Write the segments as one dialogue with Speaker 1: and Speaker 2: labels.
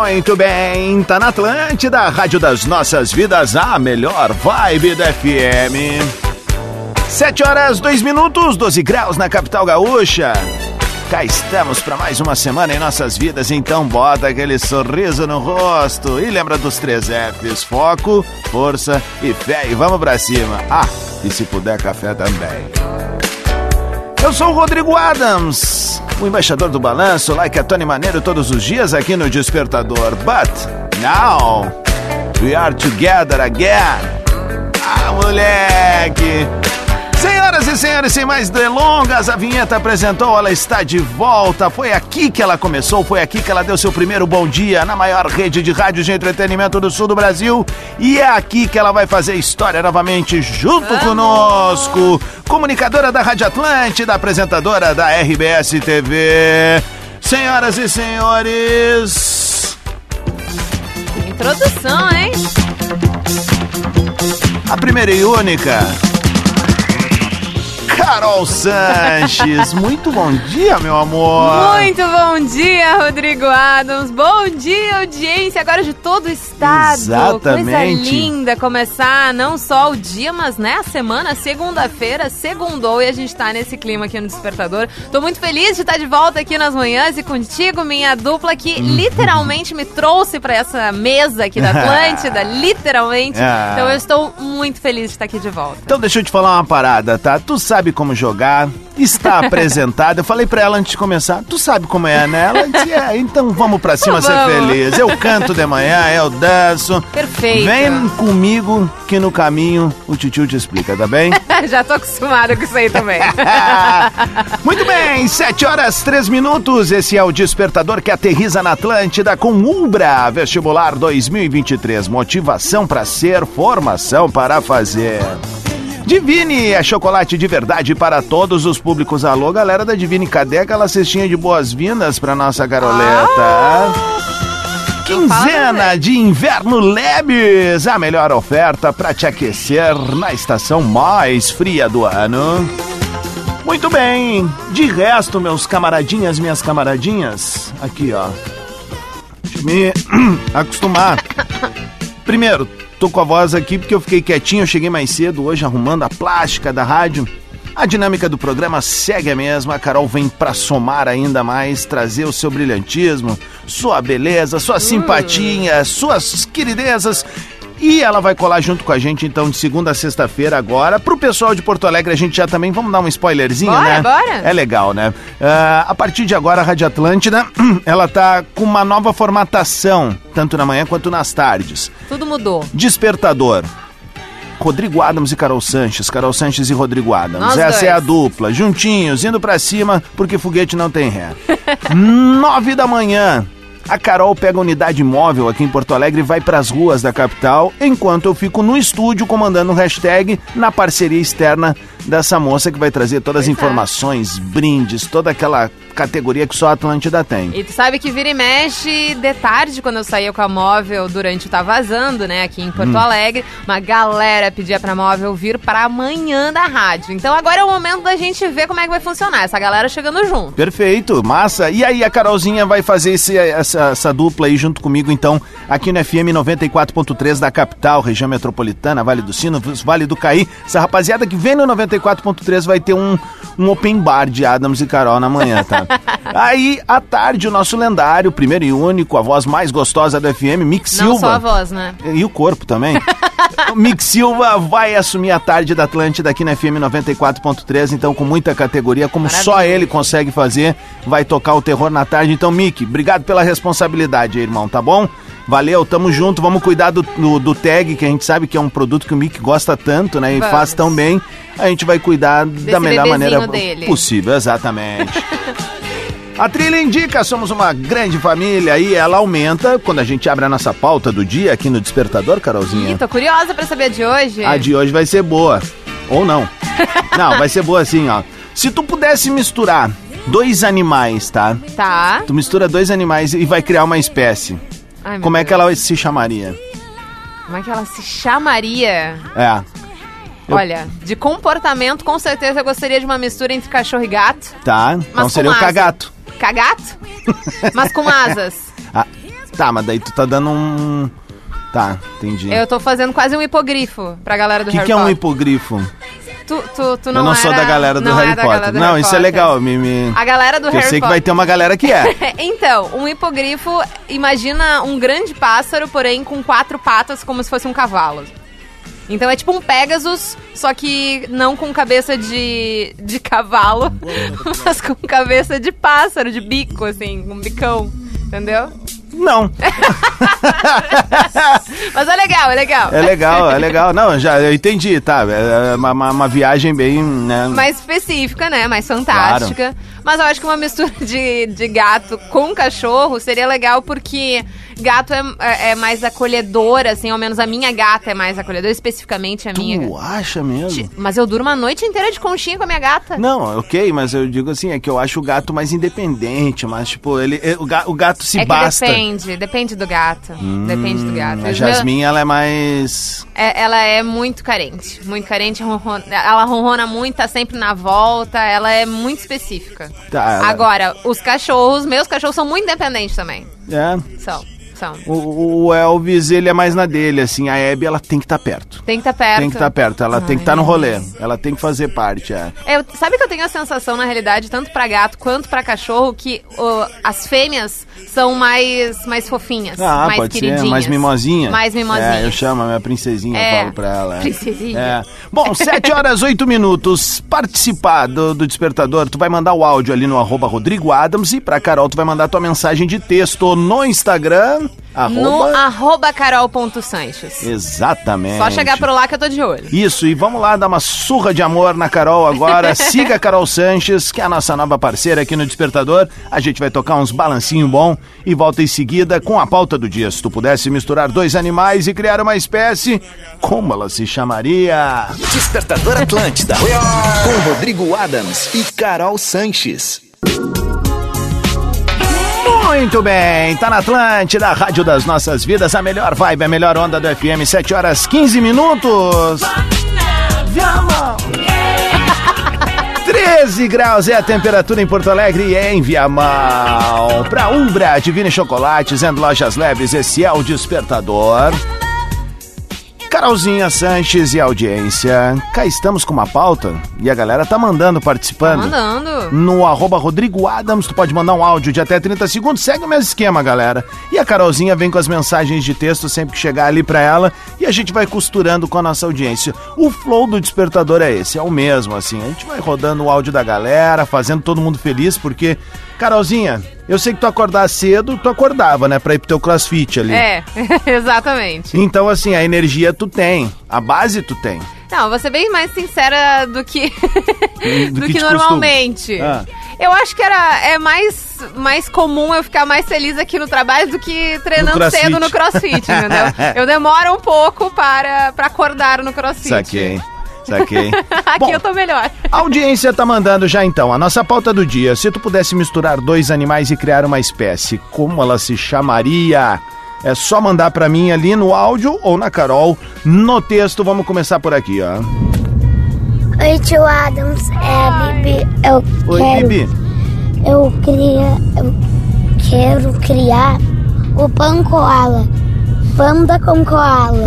Speaker 1: Muito bem, tá na Atlântida, a Rádio das Nossas Vidas, a melhor vibe da FM. 7 horas, 2 minutos, 12 graus na capital gaúcha. Cá estamos para mais uma semana em nossas vidas, então bota aquele sorriso no rosto e lembra dos três Fs: foco, força e fé. E vamos pra cima. Ah, e se puder, café também. Eu sou o Rodrigo Adams, o embaixador do balanço, like a Tony Maneiro todos os dias aqui no Despertador. But now we are together again. Ah, moleque! Senhoras e senhores, sem mais delongas, a vinheta apresentou, ela está de volta. Foi aqui que ela começou, foi aqui que ela deu seu primeiro bom dia na maior rede de rádios de entretenimento do sul do Brasil. E é aqui que ela vai fazer história novamente junto conosco. Comunicadora da Rádio Atlântida, apresentadora da RBS TV. Senhoras e senhores,
Speaker 2: Introdução, hein?
Speaker 1: a primeira e única. Carol Sanches, muito bom dia, meu amor.
Speaker 2: Muito bom dia, Rodrigo Adams. Bom dia, audiência agora de todo o estado. Coisa
Speaker 1: Exatamente.
Speaker 2: linda começar não só o dia, mas né, a semana, segunda-feira, segundou e a gente tá nesse clima aqui no Despertador. Tô muito feliz de estar de volta aqui nas manhãs e contigo, minha dupla que
Speaker 1: Uhum.
Speaker 2: literalmente me trouxe pra essa mesa aqui da Atlântida, literalmente.
Speaker 1: Ah.
Speaker 2: Então eu estou muito feliz de estar aqui de volta.
Speaker 1: Então deixa eu te falar uma parada, tá? Tu sabe como jogar, está apresentada. Eu falei pra ela antes de começar, tu sabe como é, né? Ela disse, é, então vamos pra cima ser
Speaker 2: Vamos.
Speaker 1: feliz. Eu canto de manhã, eu danço.
Speaker 2: Perfeito.
Speaker 1: Vem comigo que no caminho o titio te explica, tá bem?
Speaker 2: Já tô acostumada com isso aí também.
Speaker 1: Muito bem, 7 horas 3 minutos. Esse é o despertador que aterriza na Atlântida com Umbra Vestibular 2023. Motivação para ser, formação para fazer. Divine é chocolate de verdade para todos os públicos. Alô, galera da Divine, cadê aquela cestinha de boas-vindas para nossa Caroleta? Quinzena de Inverno Lebes, a melhor oferta para te aquecer na estação mais fria do ano. Muito bem, de resto, meus camaradinhas, minhas camaradinhas, aqui ó, deixa eu me acostumar. Primeiro, tô com a voz aqui porque eu fiquei quietinho, eu cheguei mais cedo hoje arrumando a plástica da rádio. A dinâmica do programa segue a mesma, a Carol vem pra somar ainda mais, trazer o seu brilhantismo, sua beleza, sua
Speaker 2: Hum.
Speaker 1: simpatia, suas queridezas. E ela vai colar junto com a gente, então, de segunda a sexta-feira agora. Pro pessoal de Porto Alegre, a gente já também, vamos dar um spoilerzinho,
Speaker 2: Bora,
Speaker 1: né?
Speaker 2: bora.
Speaker 1: É legal, né? Ah, a partir de agora, a Rádio Atlântida, ela tá com uma nova formatação, tanto na manhã quanto nas tardes.
Speaker 2: Tudo mudou.
Speaker 1: Despertador. Rodrigo Adams e Carol Sanches, Carol Sanches e Rodrigo Adams.
Speaker 2: Nós
Speaker 1: Essa é a
Speaker 2: dois.
Speaker 1: dupla, juntinhos, indo pra cima, porque foguete não tem ré. Nove da manhã. A Carol pega a unidade móvel aqui em Porto Alegre e vai pras ruas da capital, enquanto eu fico no estúdio comandando o hashtag na parceria externa dessa moça que vai trazer todas as
Speaker 2: Pois é.
Speaker 1: informações, brindes, toda aquela categoria que só a Atlântida tem.
Speaker 2: E tu sabe que vira e mexe de tarde, quando eu saía com a móvel durante o Tá Vazando, né, aqui em
Speaker 1: Hum.
Speaker 2: Porto Alegre, uma galera pedia pra móvel vir pra amanhã da rádio. Então agora é o momento da gente ver como é que vai funcionar, essa galera chegando junto.
Speaker 1: Perfeito, massa. E aí, a Carolzinha vai fazer esse- essa, essa dupla aí junto comigo, então, aqui no FM 94.3 da capital, região metropolitana, Vale do Sino, Vale do Caí. Essa rapaziada que vem no 94.3 vai ter um, um open bar de Adams e Carol na manhã, tá? aí, à tarde, o nosso lendário, primeiro e único, a voz mais gostosa do FM, Mick Silva.
Speaker 2: Não só a voz, né?
Speaker 1: E o corpo também. o Mick Silva vai assumir a tarde da Atlântida aqui na FM 94.3, então com muita categoria, como
Speaker 2: Maravilha.
Speaker 1: só ele consegue fazer, vai tocar o terror na tarde. Então, Mick, obrigado pela responsabilidade, irmão, tá bom? Valeu, tamo junto, vamos cuidar do, do, do tag, que a gente sabe que é um produto que o Mick gosta tanto, né? E
Speaker 2: Vamos.
Speaker 1: faz tão bem. A gente vai cuidar da melhor
Speaker 2: bebezinho
Speaker 1: maneira
Speaker 2: dele.
Speaker 1: possível, exatamente. A trilha indica, somos uma grande família e ela aumenta quando a gente abre a nossa pauta do dia aqui no Despertador, Carolzinha.
Speaker 2: Ih, tô curiosa pra saber a de hoje.
Speaker 1: é. A de hoje vai ser boa. Ou não. Não, vai ser boa assim, ó. Se tu pudesse misturar dois animais, tá?
Speaker 2: Tá.
Speaker 1: Tu mistura dois animais e vai criar uma espécie.
Speaker 2: Ai, meu
Speaker 1: Como é que
Speaker 2: Deus.
Speaker 1: ela se chamaria?
Speaker 2: Como é que ela se chamaria?
Speaker 1: É, Eu-
Speaker 2: Olha, de comportamento, com certeza eu gostaria de uma mistura entre cachorro e gato.
Speaker 1: tá? Então
Speaker 2: com
Speaker 1: seria o
Speaker 2: asa.
Speaker 1: cagato.
Speaker 2: Cagato? mas com asas.
Speaker 1: Ah, tá, mas daí tu tá dando um. Tá, entendi.
Speaker 2: Eu tô fazendo quase um hipogrifo pra galera do
Speaker 1: O que,
Speaker 2: Harry
Speaker 1: que é um
Speaker 2: Potter.
Speaker 1: hipogrifo?
Speaker 2: Tu, tu, tu não
Speaker 1: eu não sou
Speaker 2: era-
Speaker 1: da galera do
Speaker 2: não é
Speaker 1: Harry
Speaker 2: da
Speaker 1: Potter.
Speaker 2: galera do
Speaker 1: não,
Speaker 2: Harry
Speaker 1: isso é
Speaker 2: Potter.
Speaker 1: legal, me. me-
Speaker 2: A galera do
Speaker 1: eu
Speaker 2: Harry
Speaker 1: sei que vai
Speaker 2: Potter.
Speaker 1: ter uma galera que é.
Speaker 2: Então, um hipogrifo, imagina um grande pássaro, porém com quatro patas, como se fosse um cavalo. Então é tipo um Pegasus, só que não com cabeça de, de cavalo, mas com cabeça de pássaro, de bico, assim, um bicão. Entendeu?
Speaker 1: Não,
Speaker 2: Mas é legal, é legal.
Speaker 1: é legal, é legal. Não, eu já eu entendi, tá? É uma, uma- uma viagem bem, né?
Speaker 2: Mais específica, né? Mais fantástica. Mas eu acho que uma mistura de, de gato com cachorro seria legal porque gato é, é- é mais acolhedora, assim, ao menos a minha gata é mais acolhedora, especificamente a minha.
Speaker 1: Tu
Speaker 2: gata.
Speaker 1: acha mesmo?
Speaker 2: Ti- Mas eu durmo a noite inteira de conchinha com a minha gata.
Speaker 1: Não, ok, mas eu digo assim, é que eu acho o gato mais independente, mas tipo, ele, é- o, ga- o gato se
Speaker 2: é que
Speaker 1: basta. Hum,
Speaker 2: depende, depende do gato. depende do
Speaker 1: A
Speaker 2: gato. Os meus-
Speaker 1: Jasmin, ela é mais.
Speaker 2: É, ela é muito carente, muito carente, ronron- ela ronrona muito, tá sempre na volta, ela é muito específica.
Speaker 1: Tá, ela-
Speaker 2: Agora, os cachorros, meus cachorros são muito independentes também.
Speaker 1: É.
Speaker 2: São, são.
Speaker 1: O, o Elvis, ele é mais na dele, assim. A Abby, ela tem que estar perto.
Speaker 2: Tem que estar perto.
Speaker 1: Tem que estar perto, ela tem que estar
Speaker 2: Ai.
Speaker 1: no rolê. Ela tem que fazer parte, é.
Speaker 2: É, eu- sabe que eu tenho a sensação, na realidade, tanto pra gato quanto pra cachorro, que ô, as fêmeas são mais, mais fofinhas,
Speaker 1: Ah,
Speaker 2: mais
Speaker 1: pode
Speaker 2: queridinhas.
Speaker 1: ser, mais mimosinha.
Speaker 2: Mais mimosinha.
Speaker 1: É, eu chamo a minha princesinha,
Speaker 2: É,
Speaker 1: eu falo pra ela. é.
Speaker 2: princesinha.
Speaker 1: É. Bom, 7 horas 8 minutos. Participar do, do Despertador, tu vai mandar o áudio ali no arroba Rodrigo Adams e pra Carol tu vai mandar tua mensagem de texto no Instagram.
Speaker 2: No
Speaker 1: Arroba.
Speaker 2: arroba carol.sanches.
Speaker 1: Exatamente.
Speaker 2: Só chegar por lá que eu tô de olho.
Speaker 1: Isso, e vamos lá dar uma surra de amor na Carol agora. Siga a Carol Sanches, que é a nossa nova parceira aqui no Despertador. A gente vai tocar uns balancinho bom e volta em seguida com a pauta do dia. Se tu pudesse misturar dois animais e criar uma espécie, como ela se chamaria?
Speaker 3: Despertador Atlântida. com Rodrigo Adams e Carol Sanches.
Speaker 1: Muito bem, tá na Atlântida, a rádio das nossas vidas, a melhor vibe, a melhor onda do FM, 7 horas 15 minutos. Viamão! 13 graus é a temperatura em Porto Alegre e em Viamão. Pra Umbra, Divine Chocolates and Lojas Leves, esse é o Despertador. Carolzinha Sanches e audiência, cá estamos com uma pauta e a galera tá mandando participando
Speaker 2: Mandando.
Speaker 1: no arroba Rodrigo Adams, tu pode mandar um áudio de até 30 segundos, segue o mesmo esquema, galera. E a Carolzinha vem com as mensagens de texto sempre que chegar ali pra ela e a gente vai costurando com a nossa audiência. O flow do despertador é esse, é o mesmo, assim. A gente vai rodando o áudio da galera, fazendo todo mundo feliz, porque, Carolzinha, eu sei que tu acordar cedo, tu acordava, né, pra ir pro teu crossfit ali.
Speaker 2: É, exatamente.
Speaker 1: Então, assim, a energia tu tem, a base tu tem.
Speaker 2: Não, vou ser bem mais sincera do que do,
Speaker 1: que
Speaker 2: que,
Speaker 1: de
Speaker 2: normalmente.
Speaker 1: costume. Ah.
Speaker 2: Eu acho que era é mais, mais comum eu ficar mais feliz aqui no trabalho do que treinando
Speaker 1: crossfit.
Speaker 2: cedo no crossfit, entendeu? Eu demoro um pouco para, para acordar no crossfit.
Speaker 1: Saquei, saquei.
Speaker 2: Aqui
Speaker 1: Bom,
Speaker 2: eu tô melhor.
Speaker 1: A audiência tá mandando já então. A nossa pauta do dia. Se tu pudesse misturar dois animais e criar uma espécie, como ela se chamaria? É só mandar pra mim ali no áudio ou na Carol no texto. Vamos começar por aqui, ó.
Speaker 4: Oi, tio Adams. É, Bibi. Eu
Speaker 1: Oi,
Speaker 4: quero.
Speaker 1: Bibi.
Speaker 4: Eu queria. Eu quero criar o pão koala. Panda com koala.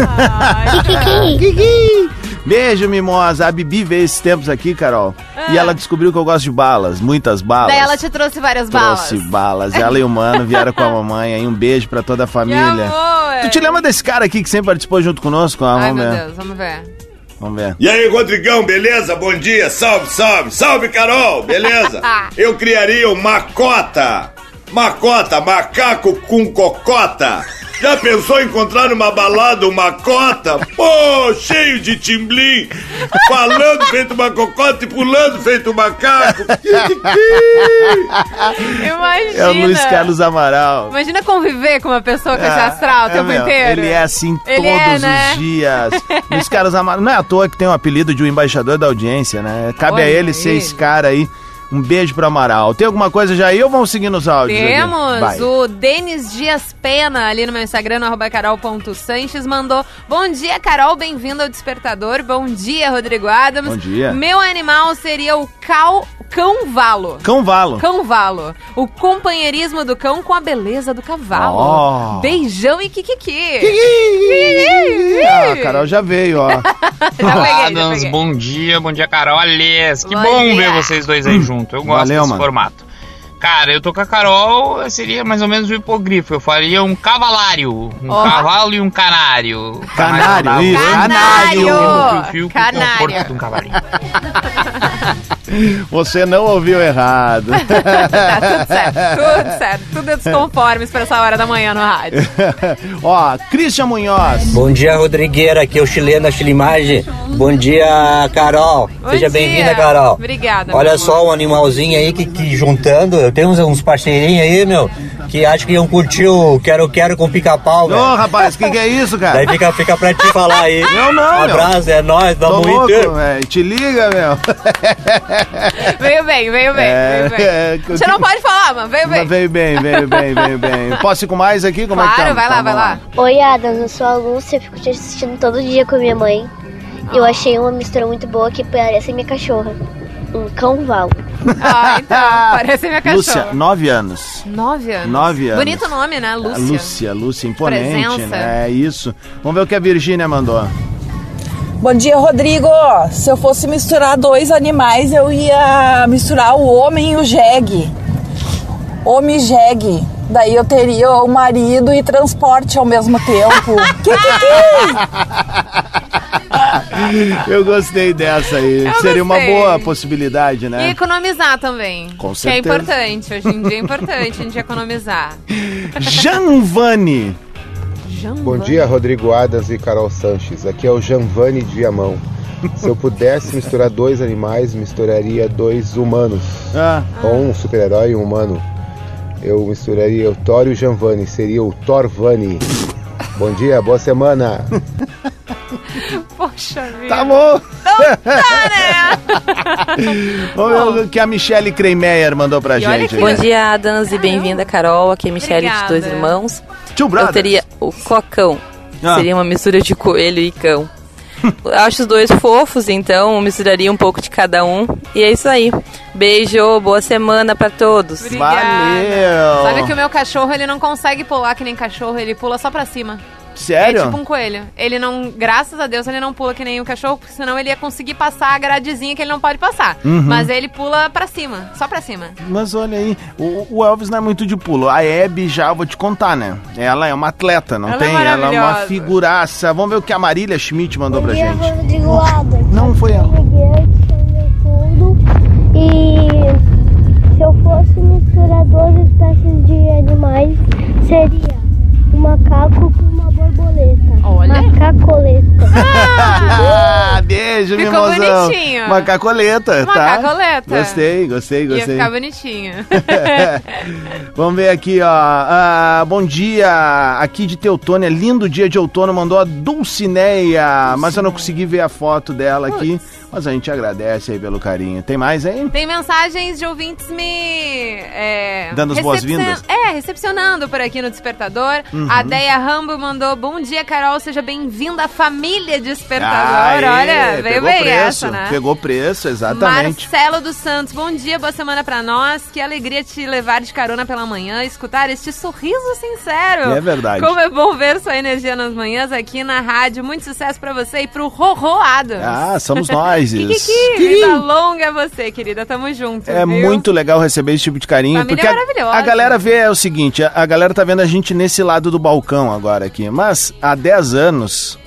Speaker 4: Kikiki.
Speaker 1: Beijo, mimosa. A Bibi veio esses tempos aqui, Carol.
Speaker 2: Ah.
Speaker 1: E ela descobriu que eu gosto de balas, muitas balas.
Speaker 2: Daí ela te trouxe várias
Speaker 1: Trouxe
Speaker 2: balas.
Speaker 1: balas. Ela e o mano vieram com a mamãe aí. Um beijo pra toda a família.
Speaker 2: Que amor.
Speaker 1: Tu te lembra desse cara aqui que sempre participou junto conosco? Ah,
Speaker 2: Ai,
Speaker 1: vamos
Speaker 2: meu
Speaker 1: ver.
Speaker 2: Deus, vamos ver.
Speaker 1: Vamos ver.
Speaker 5: E aí, Rodrigão, beleza? Bom dia, salve, salve, salve, Carol, beleza? Eu criaria o Macota, Macota, macaco com cocota, Já pensou em encontrar numa balada uma cota? Pô, cheio de timblim, falando feito uma cocota e pulando feito um macaco.
Speaker 2: Imagina.
Speaker 1: É o Luiz Carlos Amaral.
Speaker 2: Imagina conviver com uma pessoa com esse
Speaker 1: Ah,
Speaker 2: astral o
Speaker 1: é
Speaker 2: tempo
Speaker 1: mesmo.
Speaker 2: inteiro.
Speaker 1: Ele é assim
Speaker 2: Ele é,
Speaker 1: todos
Speaker 2: né?
Speaker 1: os dias. Luiz Carlos Amaral. Não é à toa que tem o apelido de um embaixador da audiência, né? Cabe
Speaker 2: Olha
Speaker 1: a ele
Speaker 2: aí.
Speaker 1: ser esse cara aí. Um beijo pro Amaral. Tem alguma coisa já aí ou vamos seguir nos áudios? aqui? Vai.
Speaker 2: Temos o Denis Dias Pena ali no meu Instagram, no arroba carol.sanches, mandou Bom dia, Carol, bem-vindo ao Despertador. Bom dia, Rodrigo Adams.
Speaker 1: Bom dia.
Speaker 2: Meu animal seria o cal... cão valo.
Speaker 1: Cão Valo.
Speaker 2: Cão valo. O companheirismo do cão com a beleza do cavalo.
Speaker 1: Oh.
Speaker 2: Beijão e kikiki.
Speaker 1: Ah, a Carol já veio, ó.
Speaker 2: Já peguei, já
Speaker 6: Adams,
Speaker 2: peguei.
Speaker 6: bom dia, bom dia, Carol. Aliás, que
Speaker 2: Bom
Speaker 6: bom
Speaker 2: dia.
Speaker 6: ver vocês dois aí junto. Eu gosto
Speaker 1: Valeu,
Speaker 6: desse
Speaker 1: mano.
Speaker 6: formato. Cara, eu tô com a Carol, seria mais ou menos o hipogrifo. Eu faria um cavalário. Um
Speaker 2: Ó.
Speaker 6: cavalo e um canário.
Speaker 1: Canário,
Speaker 6: dava
Speaker 1: isso.
Speaker 2: Canário.
Speaker 6: um Fio, fio, fio,
Speaker 2: Canário.
Speaker 6: Com o corpo de um cavalinho.
Speaker 1: Você não ouviu errado.
Speaker 2: Tá tudo certo, tudo certo. Tudo desconformes pra essa hora da manhã no rádio.
Speaker 1: ó, Christian Munhoz.
Speaker 7: Bom dia, Rodrigueira, aqui é o chileno da Chilimagem. Bom dia, Carol.
Speaker 2: Bom
Speaker 7: Seja
Speaker 2: dia.
Speaker 7: bem-vinda, Carol.
Speaker 2: Obrigada, meu
Speaker 7: Olha
Speaker 2: amor.
Speaker 7: só um animalzinho aí que, que juntando. Eu tenho uns, uns parceirinhos aí, meu, que acho que iam curtir o Quero Quero com pica-pau,
Speaker 1: Ô,
Speaker 7: velho.
Speaker 1: rapaz, o que, que é isso, cara?
Speaker 7: Daí fica, fica pra te falar aí.
Speaker 1: Eu não, meu.
Speaker 7: Abraço, é nóis,
Speaker 1: Tô
Speaker 7: tamo
Speaker 1: louco,
Speaker 7: indo.
Speaker 1: velho. Te liga, meu.
Speaker 2: Veio bem, veio bem,
Speaker 1: É,
Speaker 2: veio bem.
Speaker 1: é,
Speaker 2: Você não pode falar, mano. Veio bem.
Speaker 1: Mas Veio bem, veio bem, veio bem. Posso ir com mais aqui? Como é que tá?
Speaker 2: claro, vai lá,
Speaker 1: Então,
Speaker 2: vai lá.
Speaker 8: Oi, Adams, eu sou a Lúcia, eu fico te assistindo todo dia com a minha mãe. Eu achei uma mistura muito boa que parece minha cachorra. Um cão valo.
Speaker 2: Ah, então, parece minha cachorra.
Speaker 1: Lúcia, nove anos.
Speaker 2: Nove anos.
Speaker 1: Nove anos.
Speaker 2: Bonito nome, né? Lúcia.
Speaker 1: Lúcia, Lúcia, imponente,
Speaker 2: Presença.
Speaker 1: né? É isso. Vamos ver o que a Virgínia mandou.
Speaker 9: Bom dia, Rodrigo. Se eu fosse misturar dois animais, eu ia misturar o homem e o jegue. Homem e jegue. Daí eu teria o marido e transporte ao mesmo tempo. que, que, que?
Speaker 1: Eu gostei dessa aí.
Speaker 2: Eu
Speaker 1: Seria uma
Speaker 2: gostei.
Speaker 1: boa possibilidade,
Speaker 2: E
Speaker 1: né?
Speaker 2: economizar também.
Speaker 1: Com
Speaker 2: Que é
Speaker 1: certeza.
Speaker 2: importante. Hoje em dia é importante a gente economizar.
Speaker 1: Janvani.
Speaker 10: Bom dia, Rodrigo Adas e Carol Sanches. Aqui é o Janvani de Viamão. Se eu pudesse misturar dois animais, misturaria dois humanos.
Speaker 1: Ah,
Speaker 10: Ou um super-herói e um humano. Eu misturaria o Thor e o Janvani. Seria o Thorvani. Bom dia, boa semana.
Speaker 2: Poxa vida.
Speaker 1: tá bom.
Speaker 2: Tá, né?
Speaker 1: Vamos ver o que a Michelle Kreimeyer mandou pra
Speaker 2: E olha
Speaker 1: gente.
Speaker 2: que- Bom
Speaker 9: dia, Danas, e bem-vinda, Carol. Aqui é
Speaker 2: Michele de Obrigada. Dois Irmãos.
Speaker 1: Tio Brothers.
Speaker 9: o cocão.
Speaker 1: Ah. Seria
Speaker 9: uma mistura de coelho e cão. Acho os dois fofos, então misturaria um pouco de cada um. E é isso aí. Beijo, boa semana para todos.
Speaker 2: Obrigada.
Speaker 1: Valeu.
Speaker 2: Sabe que o meu cachorro, ele não consegue pular que nem cachorro, ele pula só pra cima.
Speaker 1: Sério?
Speaker 2: É tipo um coelho. Ele não, graças a Deus, ele não pula que nem o cachorro, porque senão ele ia conseguir passar a gradezinha que ele não pode passar.
Speaker 1: Uhum.
Speaker 2: Mas ele pula pra cima, só pra cima.
Speaker 1: Mas olha aí, o, o Elvis não é muito de pulo. A Hebe já vou te contar, né? Ela é uma atleta, não
Speaker 2: Ela é
Speaker 1: tem? ela é uma
Speaker 2: maravilhosa.
Speaker 1: figuraça. Vamos ver o que a Marília Schmidt mandou pra gente.
Speaker 8: Rodrigo Adams.
Speaker 1: Não foi ela.
Speaker 8: fundo e se eu fosse misturar duas espécies de animais, seria um macaco com uma borboleta.
Speaker 2: Olha.
Speaker 8: Macacoleta.
Speaker 1: Ah, beijo,
Speaker 2: uh, Ficou
Speaker 1: mimosão.
Speaker 2: bonitinho.
Speaker 1: Macacoleta, tá?
Speaker 2: Macacoleta.
Speaker 1: Gostei, gostei,
Speaker 2: Ia
Speaker 1: gostei.
Speaker 2: ficar bonitinho.
Speaker 1: Vamos ver aqui, ó. Ah, bom dia, aqui de Teutônia. Lindo dia de outono. Mandou a Dulcineia, mas eu não consegui ver a foto dela aqui. Mas a gente agradece aí pelo carinho. Tem mais aí?
Speaker 2: Tem mensagens de ouvintes me. é,
Speaker 1: Dando as
Speaker 2: recepcion-
Speaker 1: boas-vindas? Uhum.
Speaker 2: É, recepcionando por aqui no Despertador. A Deia Rambo mandou: Bom dia, Carol, seja bem-vinda à família Despertador.
Speaker 1: Aê,
Speaker 2: Tá Olha, veio
Speaker 1: Ah, é, pegou
Speaker 2: bem
Speaker 1: preço,
Speaker 2: essa, né?
Speaker 1: Pegou preço, exatamente.
Speaker 2: Marcelo dos Santos, bom dia, boa semana pra nós. Que alegria te levar de carona pela manhã, escutar este sorriso sincero.
Speaker 1: É verdade.
Speaker 2: Como é bom ver sua energia nas manhãs aqui na rádio. Muito sucesso pra você e pro Rorô Adams.
Speaker 1: Ah, somos nós.
Speaker 2: Kikiki, vida longa é você, querida. Tamo junto.
Speaker 1: É
Speaker 2: viu?
Speaker 1: muito legal receber esse tipo de carinho.
Speaker 2: Família
Speaker 1: porque a-
Speaker 2: maravilhosa.
Speaker 1: a, galera vê é o seguinte: a, a galera tá vendo a gente nesse lado do balcão agora aqui. Mas há 10 anos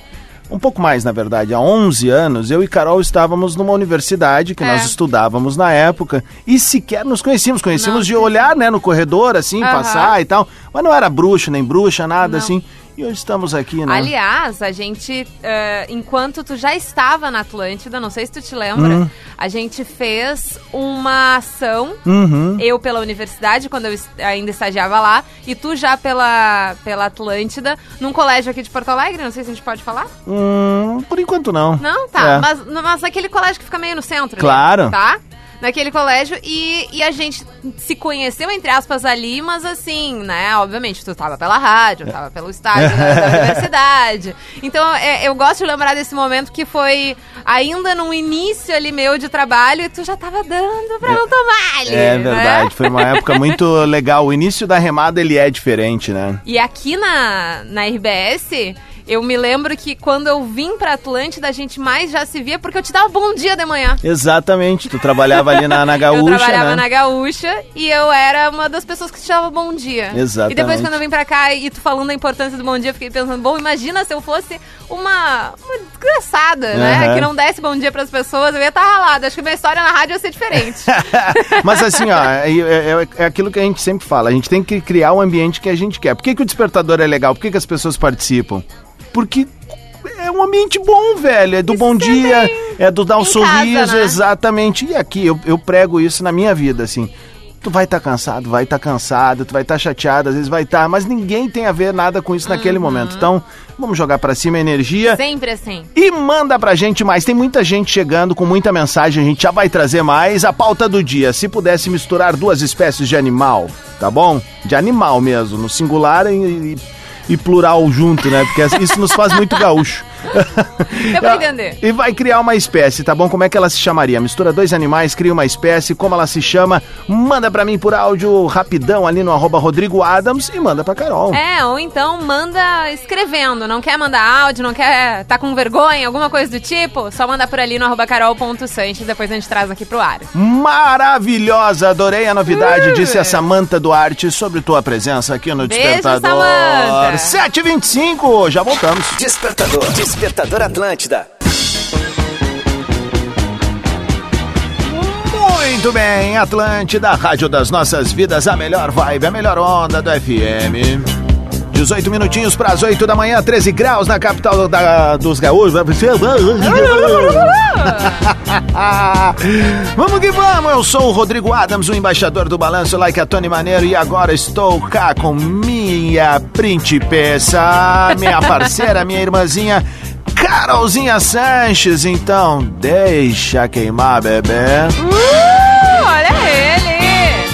Speaker 1: um pouco mais, na verdade, há 11 anos, eu e Carol estávamos numa universidade que
Speaker 2: É.
Speaker 1: nós estudávamos na época e sequer nos conhecíamos. Conhecíamos de olhar, né, no corredor, assim,
Speaker 2: Aham.
Speaker 1: passar e tal. Mas não era bruxo, nem bruxa, nada assim. E hoje estamos aqui, né?
Speaker 2: Aliás, a gente, eh, enquanto tu já estava na Atlântida, não sei se tu te lembra,
Speaker 1: Uhum.
Speaker 2: a gente fez uma ação,
Speaker 1: Uhum.
Speaker 2: eu pela universidade, quando eu es- ainda estagiava lá, e tu já pela, pela Atlântida, num colégio aqui de Porto Alegre, não sei se a gente pode falar.
Speaker 1: Hum, por enquanto não.
Speaker 2: Não, tá.
Speaker 1: É.
Speaker 2: Mas, mas naquele colégio que fica meio no centro. né?
Speaker 1: Claro.
Speaker 2: Tá? Naquele colégio e, e a gente se conheceu, entre aspas, ali, mas assim, né? Obviamente, tu tava pela
Speaker 1: É.
Speaker 2: rádio, eu tava pelo estádio da, da universidade. Então, é, eu gosto de lembrar desse momento que foi ainda no início ali meu de trabalho e tu já tava dando pra não tomar ali,
Speaker 1: É
Speaker 2: né?
Speaker 1: verdade, foi uma época muito legal. O início da remada ele é diferente, né?
Speaker 2: E aqui na, na RBS, eu me lembro que quando eu vim pra Atlântida, a gente mais já se via porque eu te dava um bom dia de manhã.
Speaker 1: Exatamente, tu trabalhava ali na, na Gaúcha,
Speaker 2: eu trabalhava
Speaker 1: né?
Speaker 2: na Gaúcha e eu era uma das pessoas que te dava bom dia.
Speaker 1: Exatamente.
Speaker 2: E depois quando eu vim pra cá e tu falando da importância do bom dia, eu fiquei pensando, bom, imagina se eu fosse uma, uma desgraçada, né?
Speaker 1: Aham.
Speaker 2: Que não desse bom dia pras pessoas, eu ia estar ralada. Acho que minha história na rádio ia ser diferente.
Speaker 1: Mas assim, ó, é, é- é aquilo que a gente sempre fala, a gente tem que criar o ambiente que a gente quer. Por que, que o despertador é legal? Por que, que as pessoas participam? Porque é um ambiente bom, velho. É do bom dia, é do dar um
Speaker 2: em
Speaker 1: sorriso,
Speaker 2: casa, né?
Speaker 1: exatamente. E aqui, eu, eu prego isso na minha vida, assim. Tu vai estar cansado, vai estar cansado, tu vai estar chateado, às vezes vai estar, mas ninguém tem a ver nada com isso
Speaker 2: Uhum.
Speaker 1: naquele momento. Então, vamos jogar pra cima a energia.
Speaker 2: Sempre assim.
Speaker 1: E manda pra gente mais. Tem muita gente chegando com muita mensagem, a gente já vai trazer mais. A pauta do dia: se pudesse misturar duas espécies de animal, tá bom? De animal mesmo, no singular e, e- e plural junto, né? Porque isso nos faz muito gaúcho.
Speaker 2: Eu vou entender.
Speaker 1: E vai criar uma espécie, tá bom? Como é que ela se chamaria? Mistura dois animais, cria uma espécie, como ela se chama? Manda pra mim por áudio rapidão ali no arroba Rodrigo Adams e manda pra Carol.
Speaker 2: É, ou então manda escrevendo. Não quer mandar áudio, não quer. tá com vergonha, alguma coisa do tipo? Só manda por ali no arroba carol.sanches, depois a gente traz aqui pro ar.
Speaker 1: Maravilhosa, adorei a novidade, disse a Samanta Duarte sobre tua presença aqui no
Speaker 2: Hum. Beijo,
Speaker 1: Despertador.
Speaker 2: Samantha.
Speaker 1: 7h25, já voltamos.
Speaker 3: Despertador. Despertador Atlântida.
Speaker 1: Muito bem, Atlântida, Rádio das Nossas Vidas, a melhor vibe, a melhor onda do FM. 18 minutinhos para as 8 da manhã, 13 graus na capital da- dos gaúchos. vamos que vamos, eu sou o Rodrigo Adams, o embaixador do Balanço Like a Tony Maneiro e agora estou cá com minha principessa, minha parceira, minha irmãzinha, Carolzinha Sanches. Então, deixa queimar, bebê.
Speaker 2: Uh, olha ele!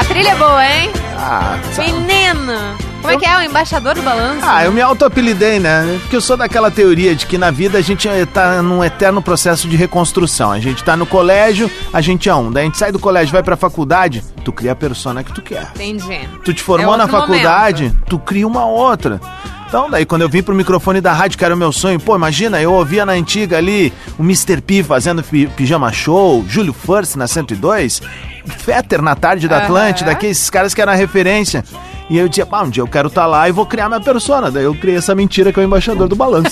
Speaker 2: A trilha é boa, hein?
Speaker 1: Ah,
Speaker 2: Menino! Como é que é? O embaixador do balanço?
Speaker 1: Ah, eu me auto-apelidei, né? Porque eu sou daquela teoria de que na vida a gente tá num eterno processo de reconstrução. A gente tá no colégio, a gente é um. Daí a gente sai do colégio, vai pra faculdade, tu cria a persona que tu quer.
Speaker 2: Entendi.
Speaker 1: Tu te formou
Speaker 2: É
Speaker 1: na
Speaker 2: outro
Speaker 1: faculdade, tu cria uma outra. Então, daí quando eu vim pro microfone da rádio, que era o meu sonho, pô, imagina, eu ouvia na antiga ali o Mr. P fazendo pi- pijama show, Júlio First na 102, Fetter na tarde da
Speaker 2: Aham.
Speaker 1: Atlântida, que esses caras que eram a referência. E eu dizia, pá, um dia eu quero estar lá e vou criar minha persona. Daí eu criei essa mentira que é o embaixador do balanço.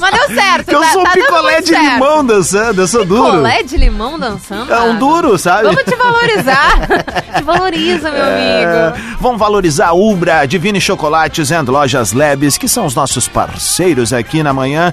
Speaker 2: Mas deu certo,
Speaker 1: que eu
Speaker 2: tá-
Speaker 1: sou um
Speaker 2: tá dando
Speaker 1: picolé
Speaker 2: muito
Speaker 1: de
Speaker 2: certo.
Speaker 1: limão dançando, eu sou duro.
Speaker 2: Picolé de limão dançando?
Speaker 1: É um duro, sabe?
Speaker 2: Vamos te valorizar. te valoriza, meu amigo.
Speaker 1: Vão valorizar a Ubra, Divine Chocolates and Lojas Labs, que são os nossos parceiros aqui na manhã.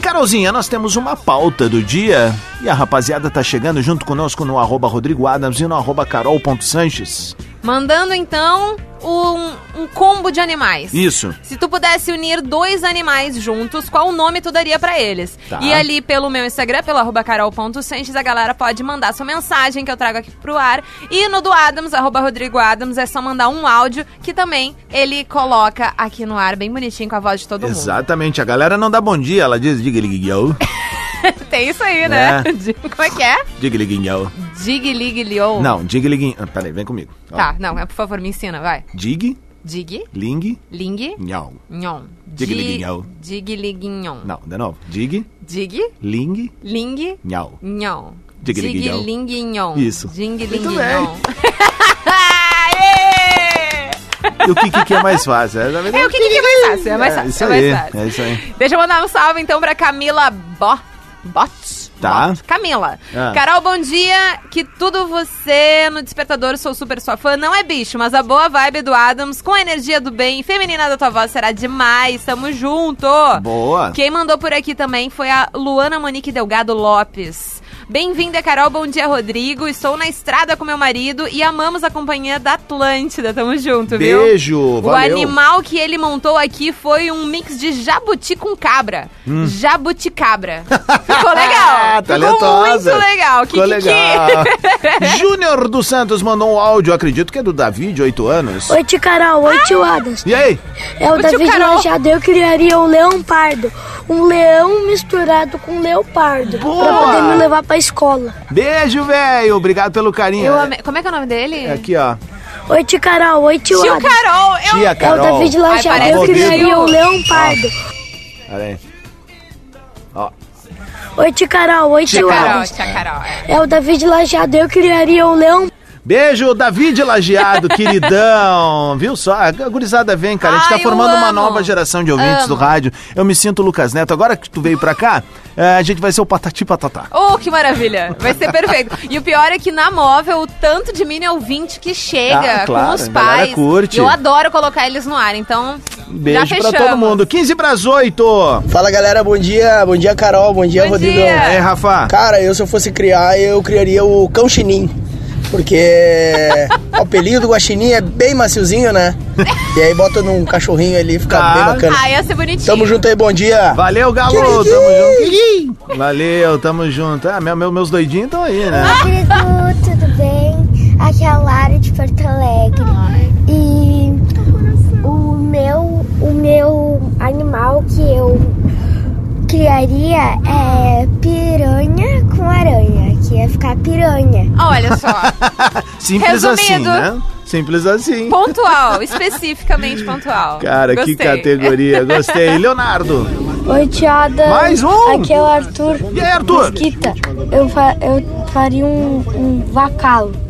Speaker 1: Carolzinha, nós temos uma pauta do dia e a rapaziada tá chegando junto conosco no arroba Rodrigo Adams e no arroba carol.sanches.
Speaker 2: Mandando, então, um, um combo de animais.
Speaker 1: Isso.
Speaker 2: Se tu pudesse unir dois animais juntos, qual nome tu daria pra eles?
Speaker 1: Tá.
Speaker 2: E ali pelo meu Instagram, pelo arroba carol.sanches, a galera pode mandar sua mensagem que eu trago aqui pro ar. E no do Adams, arroba Rodrigo Adams, é só mandar um áudio que também ele coloca aqui no ar, bem bonitinho com a voz de todo
Speaker 1: Exatamente, a galera não dá bom dia, ela diz digliguinhou,
Speaker 2: mundo. Tem isso aí, né?
Speaker 1: É.
Speaker 2: De- Como é que é?
Speaker 1: digliguinhou.
Speaker 2: Dig, lig, liou.
Speaker 1: Não, digliguinhou. Peraí, vem comigo. Ó,
Speaker 2: Tá, não, é, por favor, me ensina, vai.
Speaker 1: Dig,
Speaker 2: Dig,
Speaker 1: ling,
Speaker 2: ling,
Speaker 1: nhau.
Speaker 2: nhon.
Speaker 1: Dig, lig, nhau.
Speaker 2: Dig, lig, nhon.
Speaker 1: Não, de novo. Dig,
Speaker 2: Dig,
Speaker 1: ling,
Speaker 2: ling,
Speaker 1: nhau.
Speaker 2: Nhon.
Speaker 1: Digliguinhão.
Speaker 2: Digliguinhão.
Speaker 1: Isso.
Speaker 2: Jing
Speaker 1: Muito bem. E o que, que, que é mais fácil? É, na verdade,
Speaker 2: É o que, que, que é mais fácil, é mais fácil.
Speaker 1: isso
Speaker 2: é mais
Speaker 1: aí,
Speaker 2: fácil.
Speaker 1: é isso aí.
Speaker 2: Deixa eu mandar um salve então pra Camila Bo... Bot.
Speaker 1: Tá.
Speaker 2: Bot. Camila.
Speaker 1: Ah.
Speaker 2: Carol, bom dia. Que tudo você no Despertador, sou super sua fã. Não é bicho, mas a boa vibe do Adams, com a energia do bem e feminina da tua voz será demais. Tamo junto.
Speaker 1: Boa.
Speaker 2: Quem mandou por aqui também foi a Luana Monique Delgado Lopes. Bem-vinda, Carol. Bom dia, Rodrigo. Estou na estrada com meu marido e amamos a companhia da Atlântida. Tamo junto, viu?
Speaker 1: Beijo,
Speaker 2: O
Speaker 1: valeu.
Speaker 2: animal que ele montou aqui foi um mix de jabuti com cabra.
Speaker 1: Hum.
Speaker 2: Jabuticabra. Ficou legal. Ficou
Speaker 1: talentosa.
Speaker 2: muito legal. Que,
Speaker 1: Ah, Tá Ficou
Speaker 2: que, que?
Speaker 1: legal. Júnior dos Santos mandou um áudio, acredito que é do Davi, de 8 anos.
Speaker 8: Oi, tio Carol. Oi, tio Adams.
Speaker 1: E aí?
Speaker 8: É o
Speaker 2: Ô,
Speaker 8: Davi
Speaker 2: tio Carol.
Speaker 8: Machado. Eu criaria um leão pardo. Um leão misturado com um leopardo. Pra
Speaker 1: Boa!
Speaker 8: poder me levar pra escola.
Speaker 1: Beijo, velho. Obrigado pelo carinho.
Speaker 2: Eu amei- Como é que é o nome dele?
Speaker 1: É Aqui, ó.
Speaker 8: Oi, tio Carol. Oi, tio,
Speaker 2: Tio
Speaker 8: Adams.
Speaker 2: Carol. Eu...
Speaker 1: Tia Carol.
Speaker 8: É o Davi de Machado.
Speaker 2: Ai,
Speaker 8: Eu
Speaker 1: parece
Speaker 8: criaria
Speaker 2: tio.
Speaker 8: um leão pardo.
Speaker 1: Pera aí. Ó.
Speaker 8: Oi, tio Carol. Oi,
Speaker 1: Tia
Speaker 8: tio
Speaker 1: Carol.
Speaker 8: Adams.
Speaker 2: Carol, tia Carol. é.
Speaker 8: É o Davi de Lajado, eu criaria um leão.
Speaker 1: Beijo, Davi de Lajeado, queridão. Viu só? A gurizada vem, cara. A gente tá
Speaker 2: Ai, eu
Speaker 1: formando uma
Speaker 2: amo.
Speaker 1: nova geração de ouvintes
Speaker 2: Amo.
Speaker 1: do rádio. Eu me sinto Lucas Neto. Agora que tu veio pra cá, eh, a gente vai ser o Patati Patatá.
Speaker 2: Oh, que maravilha! Vai ser perfeito. E o pior é que na móvel, o tanto de mini ouvinte que chega
Speaker 1: Ah, claro,
Speaker 2: com os
Speaker 1: a galera
Speaker 2: pais.
Speaker 1: curte.
Speaker 2: Eu adoro colocar eles no ar, então.
Speaker 1: Beijo
Speaker 2: já
Speaker 1: pra
Speaker 2: fechamos.
Speaker 1: todo mundo. 15 pras 8.
Speaker 11: Fala galera, bom dia, bom dia Carol, bom dia
Speaker 2: Bom
Speaker 11: Rodrigo.
Speaker 2: dia.
Speaker 1: É, Rafa.
Speaker 11: Cara, eu se eu fosse criar, eu criaria o cão chinim. Porque o apelido do guaxinim é bem maciozinho, né? E aí bota num cachorrinho ali, fica
Speaker 1: Tá.
Speaker 11: bem bacana.
Speaker 2: Ah, ia ser bonitinho.
Speaker 11: Tamo junto aí, bom dia.
Speaker 1: Valeu, Galo. Tamo junto. Valeu, tamo junto. Ah, meu, meu- meus doidinhos estão aí, né?
Speaker 8: Rodrigo, tudo bem? Aqui é a Lara de Porto Alegre. E o meu, o meu animal que eu criaria é piranha com aranha, que ia ficar piranha.
Speaker 2: Ah, Olha só.
Speaker 1: Simples assim,
Speaker 2: Resumindo.
Speaker 1: né? Simples assim.
Speaker 2: Pontual, especificamente pontual.
Speaker 1: Cara,
Speaker 2: Gostei.
Speaker 1: que categoria. Gostei. Leonardo.
Speaker 8: Oi, Tiada.
Speaker 1: Mais um?
Speaker 8: Aqui é o Arthur.
Speaker 1: E aí, Arthur?
Speaker 8: Mesquita. Eu, fa- eu faria um, um vacalo.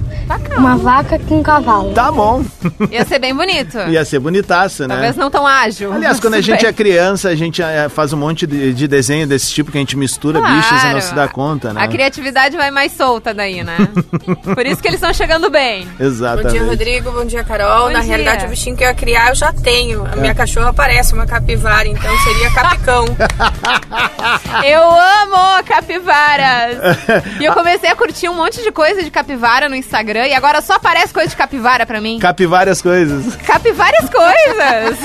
Speaker 8: Uma vaca com um cavalo.
Speaker 1: Tá bom.
Speaker 2: Ia ser bem bonito.
Speaker 1: Ia ser bonitaço, né?
Speaker 2: Talvez não tão ágil.
Speaker 1: é, Aliás,
Speaker 2: mas
Speaker 1: quando a
Speaker 2: tudo
Speaker 1: gente
Speaker 2: bem.
Speaker 1: é criança, a gente eh, faz um monte de, de desenho desse tipo que a gente mistura
Speaker 2: Claro.
Speaker 1: bichos e não se dá conta, né?
Speaker 2: A criatividade vai mais solta daí, né? Por isso que eles estão chegando bem.
Speaker 1: Exatamente.
Speaker 12: Rodrigo. Bom dia, Carol.
Speaker 2: Bom
Speaker 12: Na
Speaker 2: dia.
Speaker 12: realidade, o bichinho que eu ia criar eu já tenho. A
Speaker 1: É.
Speaker 12: minha cachorra parece uma capivara, então seria capicão.
Speaker 2: Eu amo capivaras! E eu comecei a curtir um monte de coisa de capivara no Instagram e agora só aparece coisa de capivara pra mim.
Speaker 1: Capivárias coisas.
Speaker 2: Capivárias coisas!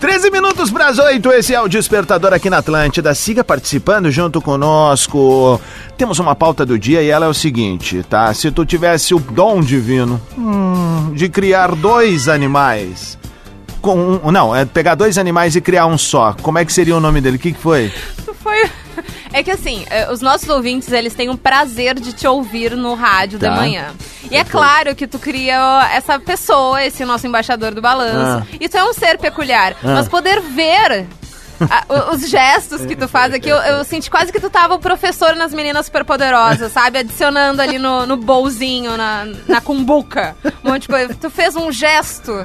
Speaker 1: 13 minutos para as 8, esse é o Despertador aqui na Atlântida. Siga participando junto conosco. Temos uma pauta do dia e ela é o seguinte, tá? Se tu tivesse o dom divino hum, de criar dois animais. Com um, não, é pegar dois animais e criar um só. Como é que seria o nome dele? O que, que foi?
Speaker 2: Foi. É que assim, eh, os nossos ouvintes, eles têm o prazer de te ouvir no rádio
Speaker 1: Tá.
Speaker 2: de manhã. E é claro que tu cria essa pessoa, esse nosso embaixador do balanço.
Speaker 1: Ah.
Speaker 2: E tu é um ser peculiar.
Speaker 1: Ah.
Speaker 2: Mas poder ver. a- o- os gestos que tu faz aqui, eu, eu senti quase que tu tava o professor nas meninas superpoderosas, sabe? Adicionando ali no, no bolzinho, na, na cumbuca. Um monte de coisa. Tu fez um gesto.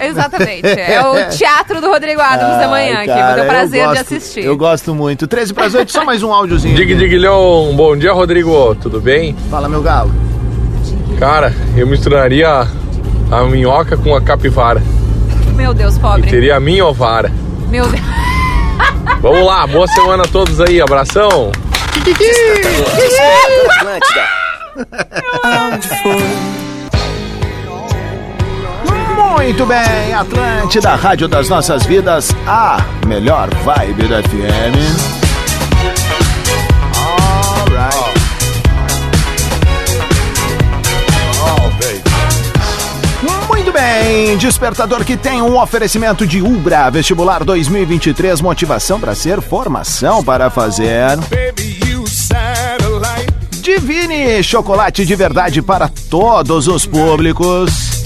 Speaker 2: Exatamente. É o teatro do Rodrigo Adams da manhã,
Speaker 1: Uhum. Ai,
Speaker 2: que me
Speaker 1: cara,
Speaker 2: deu
Speaker 1: eu
Speaker 2: prazer de
Speaker 1: gosto,
Speaker 2: assistir.
Speaker 1: Eu gosto muito. 13 para as 8, só mais um áudiozinho.
Speaker 13: Dig Diglhão, bom dia Rodrigo, tudo bem?
Speaker 1: Fala, meu galo.
Speaker 13: Cara, eu misturaria a- a minhoca com a capivara
Speaker 2: Meu Deus,
Speaker 13: e
Speaker 2: pobre.
Speaker 13: teria a minha ovara.
Speaker 2: Meu Deus.
Speaker 13: Vamos lá, boa semana a todos aí, abração!
Speaker 1: Muito bem, Atlântida, Rádio das Nossas Vidas, a melhor vibe da FM. Muito bem, despertador que tem um oferecimento de Ubra, vestibular 2023, motivação para ser, formação para fazer. Divine, chocolate de verdade para todos os públicos.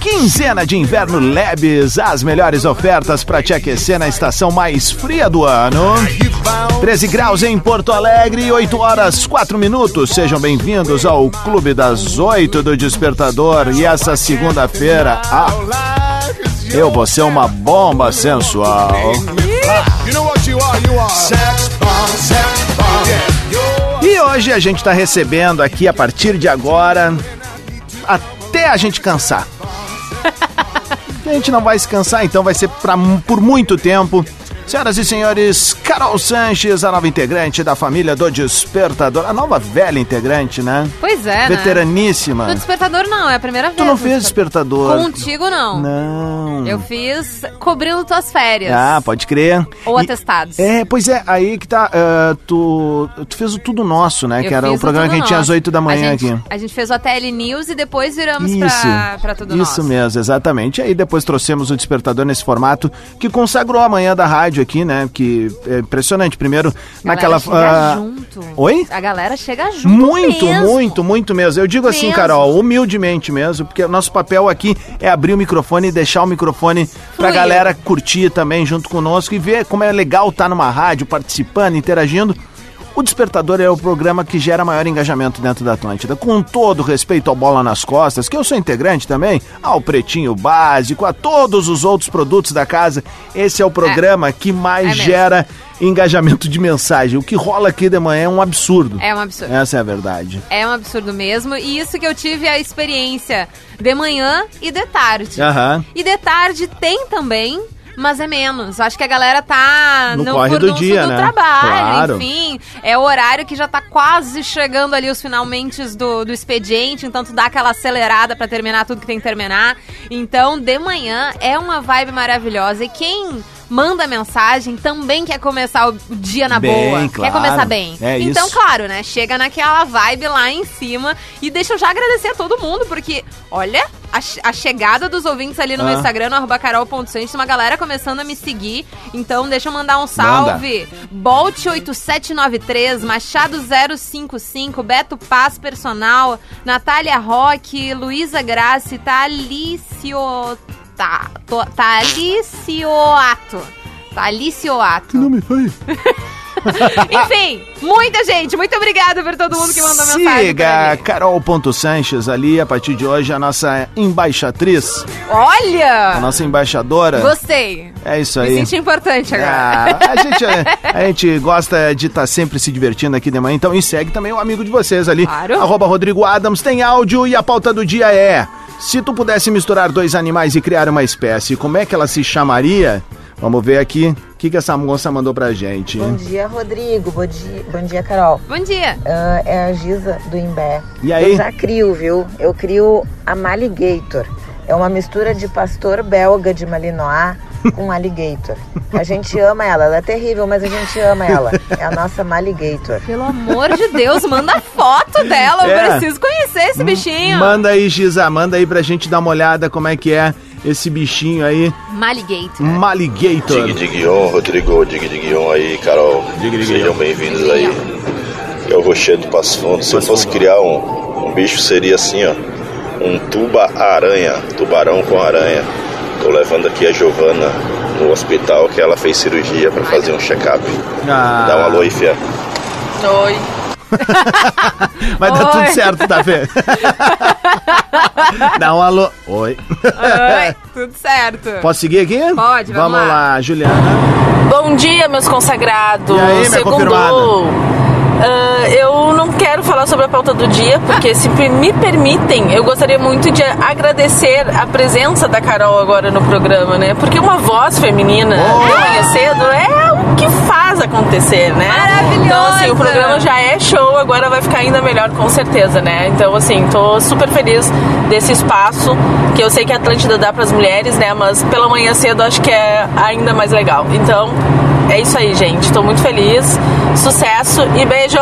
Speaker 1: Quinzena de Inverno Labs, as melhores ofertas para te aquecer na estação mais fria do ano. 13 graus em Porto Alegre, 8 horas 4 minutos. Sejam bem-vindos ao Clube das 8 do Despertador. E essa segunda-feira, ah, eu vou ser uma bomba sensual. E hoje a gente está recebendo aqui, a partir de agora, até a gente cansar. A gente não vai se cansar, então vai ser pra, por muito tempo. Senhoras e senhores, Carol Sanches, a nova integrante da família do Despertador. A nova velha integrante, né?
Speaker 2: Pois é, né?
Speaker 1: Veteraníssima.
Speaker 2: No despertador não, é a primeira vez.
Speaker 1: Tu não
Speaker 2: no
Speaker 1: fez despertador?
Speaker 2: Contigo não.
Speaker 1: Não.
Speaker 2: Eu fiz cobrindo tuas férias.
Speaker 1: Ah, pode crer.
Speaker 2: Ou
Speaker 1: E-
Speaker 2: atestados.
Speaker 1: É, pois é, aí que tá. ah, tu, tu fez o Tudo Nosso, né?
Speaker 2: Eu
Speaker 1: que era
Speaker 2: fiz
Speaker 1: o programa
Speaker 2: Tudo
Speaker 1: que a gente tinha às
Speaker 2: Nosso.
Speaker 1: 8 da manhã
Speaker 2: a gente,
Speaker 1: aqui.
Speaker 2: A gente fez o ATL News e depois viramos
Speaker 1: Isso.
Speaker 2: pra, pra tudo
Speaker 1: Isso
Speaker 2: nosso.
Speaker 1: mesmo, exatamente. E aí depois trouxemos o Despertador nesse formato que consagrou a manhã da rádio aqui, né? Que é impressionante. Primeiro, naquela.
Speaker 2: Galera chega
Speaker 1: ah,
Speaker 2: junto.
Speaker 1: Oi?
Speaker 2: A galera chega junto.
Speaker 1: Muito,
Speaker 2: mesmo.
Speaker 1: muito, muito mesmo. Eu digo assim,
Speaker 2: Mesmo.
Speaker 1: Carol, humildemente mesmo, porque o nosso papel aqui é abrir o microfone e deixar o microfone pra
Speaker 2: Fluir.
Speaker 1: galera curtir também junto conosco e ver como é legal estar numa rádio, participando, interagindo. O Despertador é o programa que gera maior engajamento dentro da Atlântida. Com todo respeito ao Bola nas Costas, que eu sou integrante também, ao Pretinho Básico, a todos os outros produtos da casa, esse é o programa que mais
Speaker 2: É mesmo.
Speaker 1: gera engajamento de mensagem. O que rola aqui de manhã é um absurdo.
Speaker 2: É um absurdo.
Speaker 1: Essa é a verdade.
Speaker 2: É um absurdo mesmo. E isso que eu tive a experiência de manhã e de tarde.
Speaker 1: Aham.
Speaker 2: E de tarde tem também, mas é menos. Acho que a galera tá
Speaker 1: No
Speaker 2: no
Speaker 1: corre do
Speaker 2: furdunço
Speaker 1: dia,
Speaker 2: do
Speaker 1: né?
Speaker 2: trabalho,
Speaker 1: Claro.
Speaker 2: enfim. É o horário que já tá quase chegando ali os finalmente do, do expediente, então tu dá aquela acelerada pra terminar tudo que tem que terminar. Então, de manhã é uma vibe maravilhosa. E quem manda mensagem também quer começar o dia na
Speaker 9: Bem,
Speaker 2: boa.
Speaker 9: claro.
Speaker 2: Quer começar bem.
Speaker 9: É
Speaker 2: então,
Speaker 9: isso.
Speaker 2: claro, né? Chega naquela vibe lá em cima. E deixa eu já agradecer a todo mundo, porque, olha, a, che- a chegada dos ouvintes ali no
Speaker 9: Ah.
Speaker 2: meu Instagram, no arroba carol.santos, tem uma galera começando a me seguir. Então, deixa eu mandar um salve. Bolt8793, Machado055, Beto Paz Personal, Natália Roque, Luísa Grace, Talicio... Tá, to- Talicioato. Talicioato.
Speaker 1: Que nome foi?
Speaker 2: Enfim, muita gente. Muito obrigada por todo mundo que mandou mensagem.
Speaker 1: Siga Carol.Sanches ali, a partir de hoje, a nossa embaixatriz, a
Speaker 2: Olha!
Speaker 1: nossa embaixadora.
Speaker 2: Gostei.
Speaker 1: É isso
Speaker 2: Me
Speaker 1: aí.
Speaker 2: senti importante agora.
Speaker 1: Ah, a, gente, a gente gosta de estar sempre se divertindo aqui de manhã, então e segue também o amigo de vocês ali. Arroba Rodrigo Adams, tem áudio e a pauta do dia é: se tu pudesse misturar dois animais e criar uma espécie, como é que ela se chamaria? Vamos ver aqui o que, que essa moça mandou pra gente.
Speaker 14: Bom dia, Rodrigo. Bom dia, bom dia Carol.
Speaker 2: Bom dia.
Speaker 14: é a Giza do Imbé.
Speaker 1: E aí?
Speaker 14: Eu já crio, viu? Eu crio a Maligator. É uma mistura de pastor belga de Malinois com alligator. A gente ama ela. Ela é terrível, mas a gente ama ela. É a nossa Maligator.
Speaker 2: Pelo amor de Deus, manda foto dela. Eu
Speaker 1: É.
Speaker 2: preciso conhecer esse bichinho.
Speaker 1: Manda aí, Giza, manda aí pra gente dar uma olhada como é que é esse bichinho aí,
Speaker 2: Maligate.
Speaker 1: Maligator.
Speaker 15: Dig Diguion, oh, Rodrigo, Dig Diguion oh, aí, Carol. Sejam bem-vindos aí. Que é o Rochedo do Passo Fundo. Se eu fosse criar um, um bicho, seria assim, ó. Um tuba-aranha. Tubarão com aranha. Tô levando aqui a Giovana no hospital, que ela fez cirurgia pra fazer um check-up.
Speaker 1: Ah,
Speaker 15: Dá
Speaker 5: Ah.
Speaker 15: um alô aí, fia.
Speaker 12: Oi.
Speaker 1: Vai dar
Speaker 12: Oi.
Speaker 1: tudo certo, tá, Fê? Dá um alô. Oi.
Speaker 2: Oi, tudo certo.
Speaker 1: Posso seguir aqui?
Speaker 2: Pode, vamos
Speaker 1: Vamos lá, Juliana.
Speaker 9: Bom dia, meus consagrados.
Speaker 1: E aí, minha
Speaker 9: Segundo.
Speaker 1: confirmada?
Speaker 9: Ah, eu não quero falar sobre a pauta do dia,
Speaker 1: Ah.
Speaker 9: porque se me permitem, eu gostaria muito de agradecer a presença da Carol agora no programa, né? Porque uma voz feminina
Speaker 1: Oh.
Speaker 9: reconhecendo é o que faz acontecer, né? Maravilhoso! Então, assim, o programa já é show, agora vai ficar ainda melhor, com certeza, né? Então, assim, tô super feliz desse espaço, que eu sei que a Atlântida dá pras mulheres, né? Mas pela manhã cedo acho que é ainda mais legal. Então, É isso aí, gente. Tô muito feliz. Sucesso e beijo!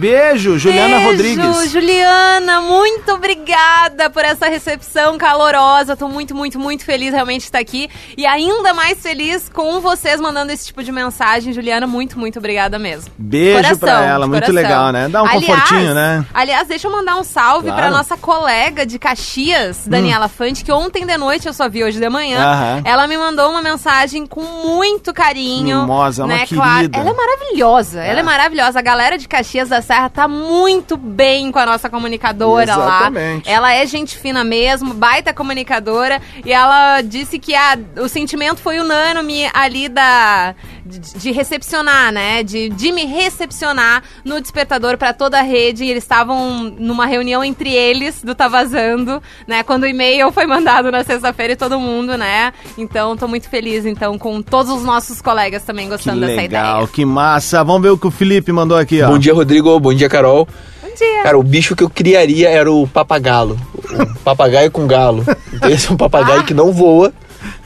Speaker 1: Beijo, Juliana
Speaker 2: Beijo,
Speaker 1: Rodrigues.
Speaker 2: Juliana, muito obrigada por essa recepção calorosa. Tô muito, muito, muito feliz realmente de estar aqui. E ainda mais feliz com vocês mandando esse tipo de mensagem. Juliana, muito, muito obrigada mesmo.
Speaker 1: Beijo
Speaker 2: Coração,
Speaker 1: pra ela,
Speaker 2: de
Speaker 1: muito
Speaker 2: coração.
Speaker 1: legal, né? Dá um
Speaker 2: Aliás,
Speaker 1: confortinho, né?
Speaker 2: Aliás, deixa eu mandar um salve
Speaker 1: Claro. Hum.
Speaker 2: pra nossa colega de Caxias, Daniela Fante, que ontem de noite eu só vi hoje de manhã.
Speaker 1: Aham.
Speaker 2: Ela me mandou uma mensagem com muito carinho.
Speaker 1: Mimosa, uma
Speaker 2: né?
Speaker 1: querida.
Speaker 2: Ela é maravilhosa, ela é maravilhosa. A galera de Caxias da Serra tá muito bem com a nossa comunicadora
Speaker 1: Exatamente.
Speaker 2: lá. Ela é gente fina mesmo, baita comunicadora. E ela disse que a- o sentimento foi unânime ali da. De, de recepcionar, né? De, de me recepcionar no despertador pra toda a rede. E eles estavam numa reunião entre eles do Tá Vazando, né? Quando o e-mail foi mandado na sexta-feira e todo mundo, né? Então, tô muito feliz, então, com todos os nossos colegas também
Speaker 1: Que
Speaker 2: gostando dessa ideia.
Speaker 1: legal, que massa. Vamos ver o que o Felipe mandou aqui, ó.
Speaker 16: Bom dia, Rodrigo. Bom dia, Carol.
Speaker 2: Bom dia.
Speaker 16: Cara, o bicho que eu criaria era o papagalo. Um papagaio com galo. Então, esse é um papagaio que não voa,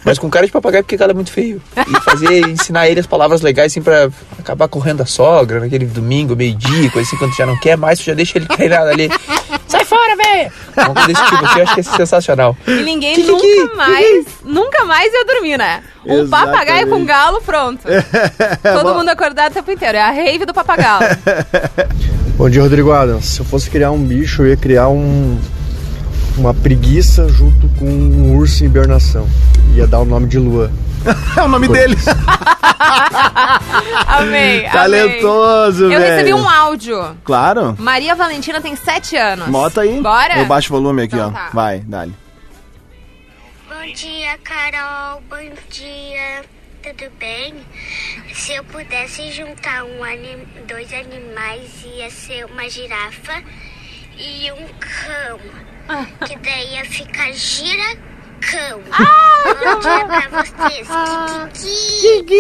Speaker 16: mas com cara de papagaio porque galo é muito feio. E fazer, ensinar ele as palavras legais, assim, pra acabar correndo a sogra naquele domingo, meio-dia, coisa assim, quando tu já não quer mais, tu já deixa ele treinado ali. Sai fora, velho! Uma coisa desse tipo, assim, eu acho que é sensacional.
Speaker 2: E ninguém nunca mais, nunca mais ia dormir, né? Um
Speaker 16: Exatamente.
Speaker 2: papagaio com galo, pronto.
Speaker 1: É.
Speaker 2: Todo
Speaker 16: bom.
Speaker 2: mundo acordado o tempo inteiro. É a rave do papagaio.
Speaker 17: Bom dia, Rodrigo Adams. Se eu fosse criar um bicho, eu ia criar um uma preguiça junto com um urso em hibernação. Ia dar o nome de Lua.
Speaker 1: É o nome dele.
Speaker 2: amei, amei.
Speaker 1: Talentoso,
Speaker 2: Eu
Speaker 1: velho.
Speaker 2: recebi um áudio.
Speaker 1: Claro.
Speaker 2: Maria Valentina tem sete anos.
Speaker 1: Bota aí.
Speaker 2: Bora?
Speaker 1: Eu baixo o volume aqui,
Speaker 2: Então
Speaker 1: ó.
Speaker 2: tá.
Speaker 1: Vai, dale.
Speaker 8: Bom dia, Carol. Bom dia. Tudo bem? Se eu pudesse juntar um ani- dois animais, ia ser uma girafa e um cão. Que daí ia ficar gira-cão. Bom dia pra vocês. Kiki.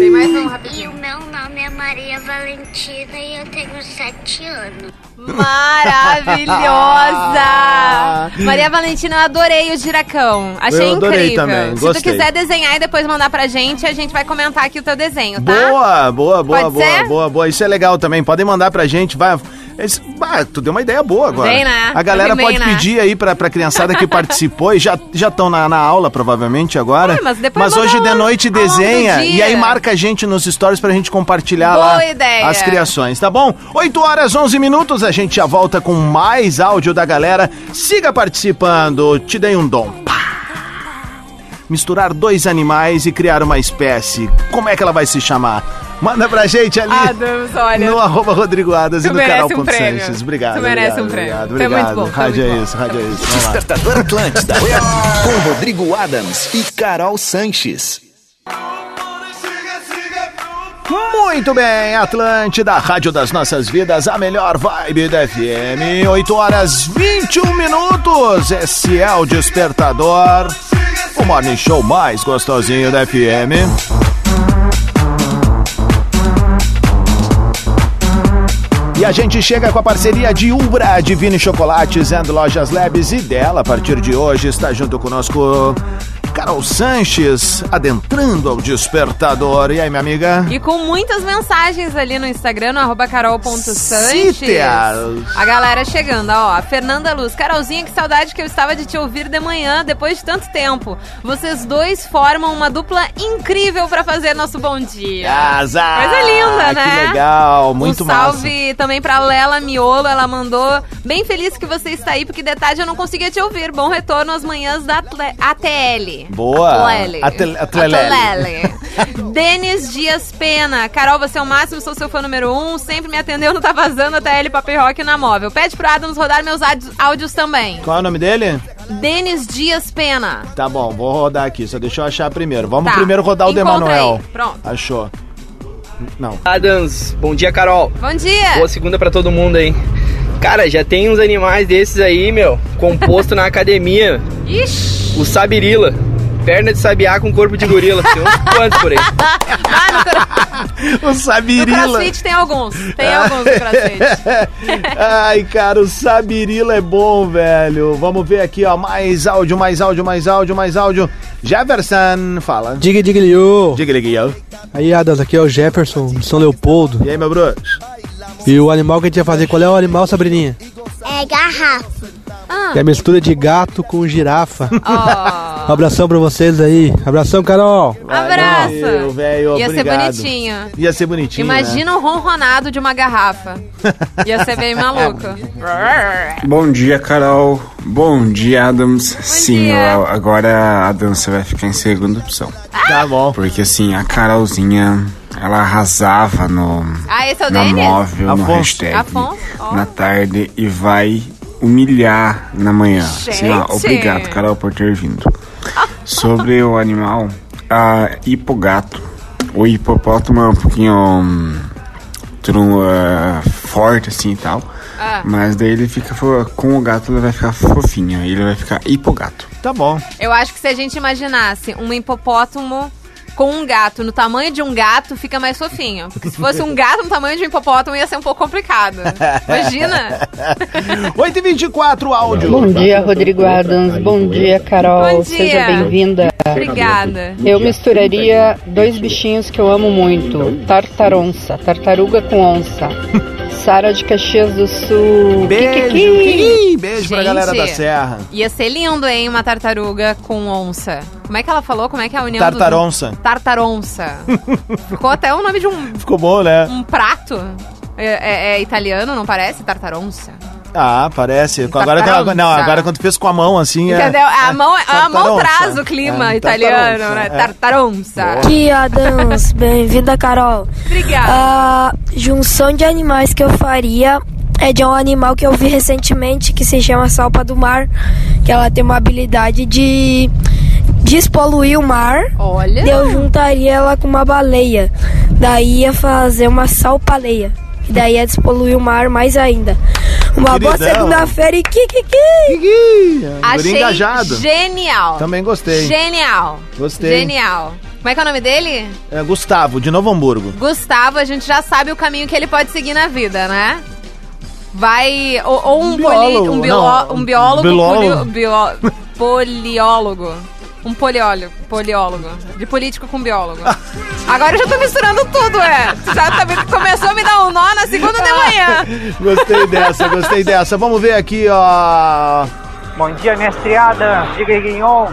Speaker 2: Tem mais um rapidinho.
Speaker 8: E o meu nome é Maria Valentina e eu tenho sete anos.
Speaker 2: Maravilhosa! Maria Valentina, eu adorei o giracão. Achei
Speaker 1: Eu adorei
Speaker 2: incrível.
Speaker 1: também,
Speaker 2: Se tu
Speaker 1: gostei.
Speaker 2: quiser desenhar e depois mandar pra gente, a gente vai comentar aqui o teu desenho, tá?
Speaker 1: Boa, boa, boa,
Speaker 2: Pode
Speaker 1: boa,
Speaker 2: ser?
Speaker 1: boa, boa. Isso é legal também. Podem mandar pra gente. Vai. Esse- bah, tu deu uma ideia boa agora.
Speaker 2: Bem, né?
Speaker 1: A galera
Speaker 2: Bem,
Speaker 1: pode
Speaker 2: né?
Speaker 1: pedir aí pra, pra criançada que participou e já estão na, na aula, provavelmente, agora.
Speaker 2: mas depois manda
Speaker 1: hoje de
Speaker 2: a-
Speaker 1: noite
Speaker 2: a aula do
Speaker 1: desenha e
Speaker 2: dia.
Speaker 1: aí marca a gente nos stories pra gente compartilhar
Speaker 2: Boa
Speaker 1: lá
Speaker 2: ideia.
Speaker 1: as criações, tá bom? 8 horas 11 minutos, a gente já volta com mais áudio da galera. Siga participando, te dei um dom. misturar dois animais e criar uma espécie. Como é que ela vai se chamar? Manda pra gente ali.
Speaker 2: Adams, olha.
Speaker 1: No arroba Rodrigo Adams
Speaker 2: Tu
Speaker 1: e no
Speaker 2: merece
Speaker 1: canal
Speaker 2: um prêmio.
Speaker 1: Sanches. Obrigado.
Speaker 2: Tu
Speaker 1: obrigado,
Speaker 2: merece um prêmio.
Speaker 1: Obrigado,
Speaker 2: Tu é
Speaker 1: obrigado.
Speaker 2: muito bom, tu é
Speaker 1: Rádio
Speaker 2: muito
Speaker 1: é isso, rádio é isso. Vamos lá.
Speaker 3: Despertador Atlântida. com Rodrigo Adams e Carol Sanches.
Speaker 1: Muito bem, Atlântida, Rádio das Nossas Vidas, a melhor vibe da FM. 8 horas 21 minutos. Esse é o Despertador, o morning show mais gostosinho da FM. E a gente chega com a parceria de Umbra, Divine Chocolates and Lojas Labs e dela, a partir de hoje, está junto conosco Carol Sanches, adentrando ao despertador. E aí, minha amiga?
Speaker 2: E com muitas mensagens ali no Instagram, no arroba carol.sanches.
Speaker 1: Sítias.
Speaker 2: A galera chegando, ó. A Fernanda Luz. Carolzinha, que saudade que eu estava de te ouvir de manhã, depois de tanto tempo. Vocês dois formam uma dupla incrível pra fazer nosso bom dia.
Speaker 1: Casa! Ah,
Speaker 2: Coisa linda, né?
Speaker 1: Que legal, muito
Speaker 2: um
Speaker 1: massa.
Speaker 2: salve também pra Lela Miolo, ela mandou bem feliz que você está aí, porque de tarde eu não conseguia te ouvir. Bom retorno às manhãs da Atle- ATL.
Speaker 1: Boa.
Speaker 2: Atlele.
Speaker 1: Atle- Atlelele.
Speaker 2: Atlelele. Denis Dias Pena. Carol, você é o máximo, sou seu fã número um. Sempre me atendeu, não tá vazando até ele papel rock na móvel. Pede pro Adams rodar meus áudios- áudios também.
Speaker 1: Qual é o nome dele?
Speaker 2: Denis Dias Pena.
Speaker 1: Tá bom, vou rodar aqui, só deixa eu achar primeiro. Vamos
Speaker 2: Tá.
Speaker 1: primeiro rodar o
Speaker 2: Encontra
Speaker 1: Demanuel.
Speaker 2: aí. Pronto.
Speaker 1: Achou. Não.
Speaker 18: Adams, bom dia, Carol.
Speaker 2: Bom dia.
Speaker 18: Boa segunda pra todo mundo aí. Cara, já tem uns animais desses aí, meu, composto na academia.
Speaker 2: Ixi.
Speaker 18: O Sabirila.
Speaker 3: Perna de sabiá com corpo de gorila. Tem uns quantos por aí.
Speaker 1: O
Speaker 2: No
Speaker 1: Sabirila.
Speaker 2: crossfit tem alguns.
Speaker 1: É.
Speaker 2: Tem alguns no crossfit.
Speaker 1: Ai, cara, o Sabirila é bom, velho. Vamos ver aqui, ó. Mais áudio, mais áudio, mais áudio, mais áudio. Jefferson, fala.
Speaker 19: Diga, diga, liu.
Speaker 1: Diga, diga,
Speaker 19: Aí, Adams, aqui é o Jefferson, de São Leopoldo.
Speaker 1: E aí, meu bro?
Speaker 19: E o animal que a gente ia fazer, qual é o animal, Sabrininha?
Speaker 20: É garrafa.
Speaker 19: É a mistura de gato com girafa.
Speaker 3: Ah.
Speaker 19: Um abração pra vocês aí. Abração, Carol.
Speaker 2: Abraço.
Speaker 1: Valeu, velho,
Speaker 2: Ia ser
Speaker 1: obrigado.
Speaker 2: bonitinho.
Speaker 1: Ia ser bonitinho. né?
Speaker 2: Imagina o ronronado de uma garrafa. Ia ser bem maluco.
Speaker 5: Bom dia, Carol. Bom dia, Adams. Sim,
Speaker 2: dia.
Speaker 5: eu- agora a dança vai ficar em segunda opção.
Speaker 1: Tá bom.
Speaker 5: Porque assim, a Carolzinha, ela arrasava no,
Speaker 2: Ah, esse é o
Speaker 5: na assim,
Speaker 2: Denis?
Speaker 5: móvel, no hashtag,
Speaker 2: Afonso. ó.
Speaker 5: na tarde e vai humilhar na manhã. Assim, ó,
Speaker 2: Gente.
Speaker 5: obrigado, Carol, por ter vindo. Sobre o animal, a hipogato. O hipopótamo é um pouquinho hum, tru- ah, forte assim e tal.
Speaker 2: Ah,
Speaker 5: Mas daí ele fica fo- com o gato, ele vai ficar fofinho. Ele vai ficar hipogato.
Speaker 1: Tá bom.
Speaker 2: Eu acho que se a gente imaginasse um hipopótamo com um gato no tamanho de um gato, fica mais fofinho. Porque se fosse um gato no tamanho de um hipopótamo, ia ser um pouco complicado. Imagina.
Speaker 1: 8h24, áudio.
Speaker 21: Bom dia, Rodrigo Adams. Bom dia,
Speaker 9: Oh,
Speaker 21: Carol.
Speaker 2: Bom dia.
Speaker 21: Seja bem-vinda.
Speaker 2: Obrigada.
Speaker 21: Eu misturaria dois bichinhos que eu amo muito: tartaronça, tartaruga com onça. Sara de Caxias do Sul.
Speaker 1: Beijo,
Speaker 21: Kikiki.
Speaker 1: beijo pra galera da Serra.
Speaker 2: Ia ser lindo, hein? Uma tartaruga com onça. Como é que ela falou? Como é que é a união dos-
Speaker 1: Tartaronça.
Speaker 2: Tartaronça. Ficou até o nome de um,
Speaker 1: Ficou bom, né?
Speaker 2: um prato. É, é- é italiano, não parece? Tartaronça.
Speaker 1: Ah, parece. Agora,
Speaker 2: Tartaronça.
Speaker 1: não, agora quando fez com a mão assim. é-
Speaker 2: Entendeu? A mão, a mão
Speaker 1: Tartaronça.
Speaker 2: traz o clima
Speaker 1: É,
Speaker 2: italiano, né?
Speaker 1: tartaronça, é.
Speaker 2: Tartaronça.
Speaker 9: Aqui, Adams. Bem-vinda, Carol.
Speaker 2: Obrigada.
Speaker 9: Ah, A junção de animais que eu faria é de um animal que eu vi recentemente que se chama salpa do mar, que ela tem uma habilidade de despoluir o mar.
Speaker 2: Olha.
Speaker 9: Eu juntaria ela com uma baleia. Daí ia fazer uma salpaleia. E daí ia despoluir o mar mais ainda. Uma boa
Speaker 1: Queridão.
Speaker 9: segunda-feira e kikiki!
Speaker 2: Achei
Speaker 1: engajado.
Speaker 2: genial.
Speaker 1: Também gostei.
Speaker 2: Genial.
Speaker 1: Gostei.
Speaker 2: Genial. Como é que é o nome dele?
Speaker 1: É, Gustavo, de Novo Hamburgo.
Speaker 2: Gustavo, a gente já sabe o caminho que ele pode seguir na vida, né? Vai. Ou, ou um, poli-
Speaker 1: biólogo,
Speaker 2: um, biolo-
Speaker 1: não,
Speaker 2: um biólogo.
Speaker 1: biólogo.
Speaker 2: poli- bio- poliólogo. Um poliólogo. Poliólogo. De político com biólogo. Agora eu já tô misturando tudo, é. Já tá me- começou a me dar um nó na segunda de manhã.
Speaker 1: Gostei dessa, gostei dessa. Vamos ver aqui, ó.
Speaker 7: Bom dia, mestre Adam. Diga aí, Guignon.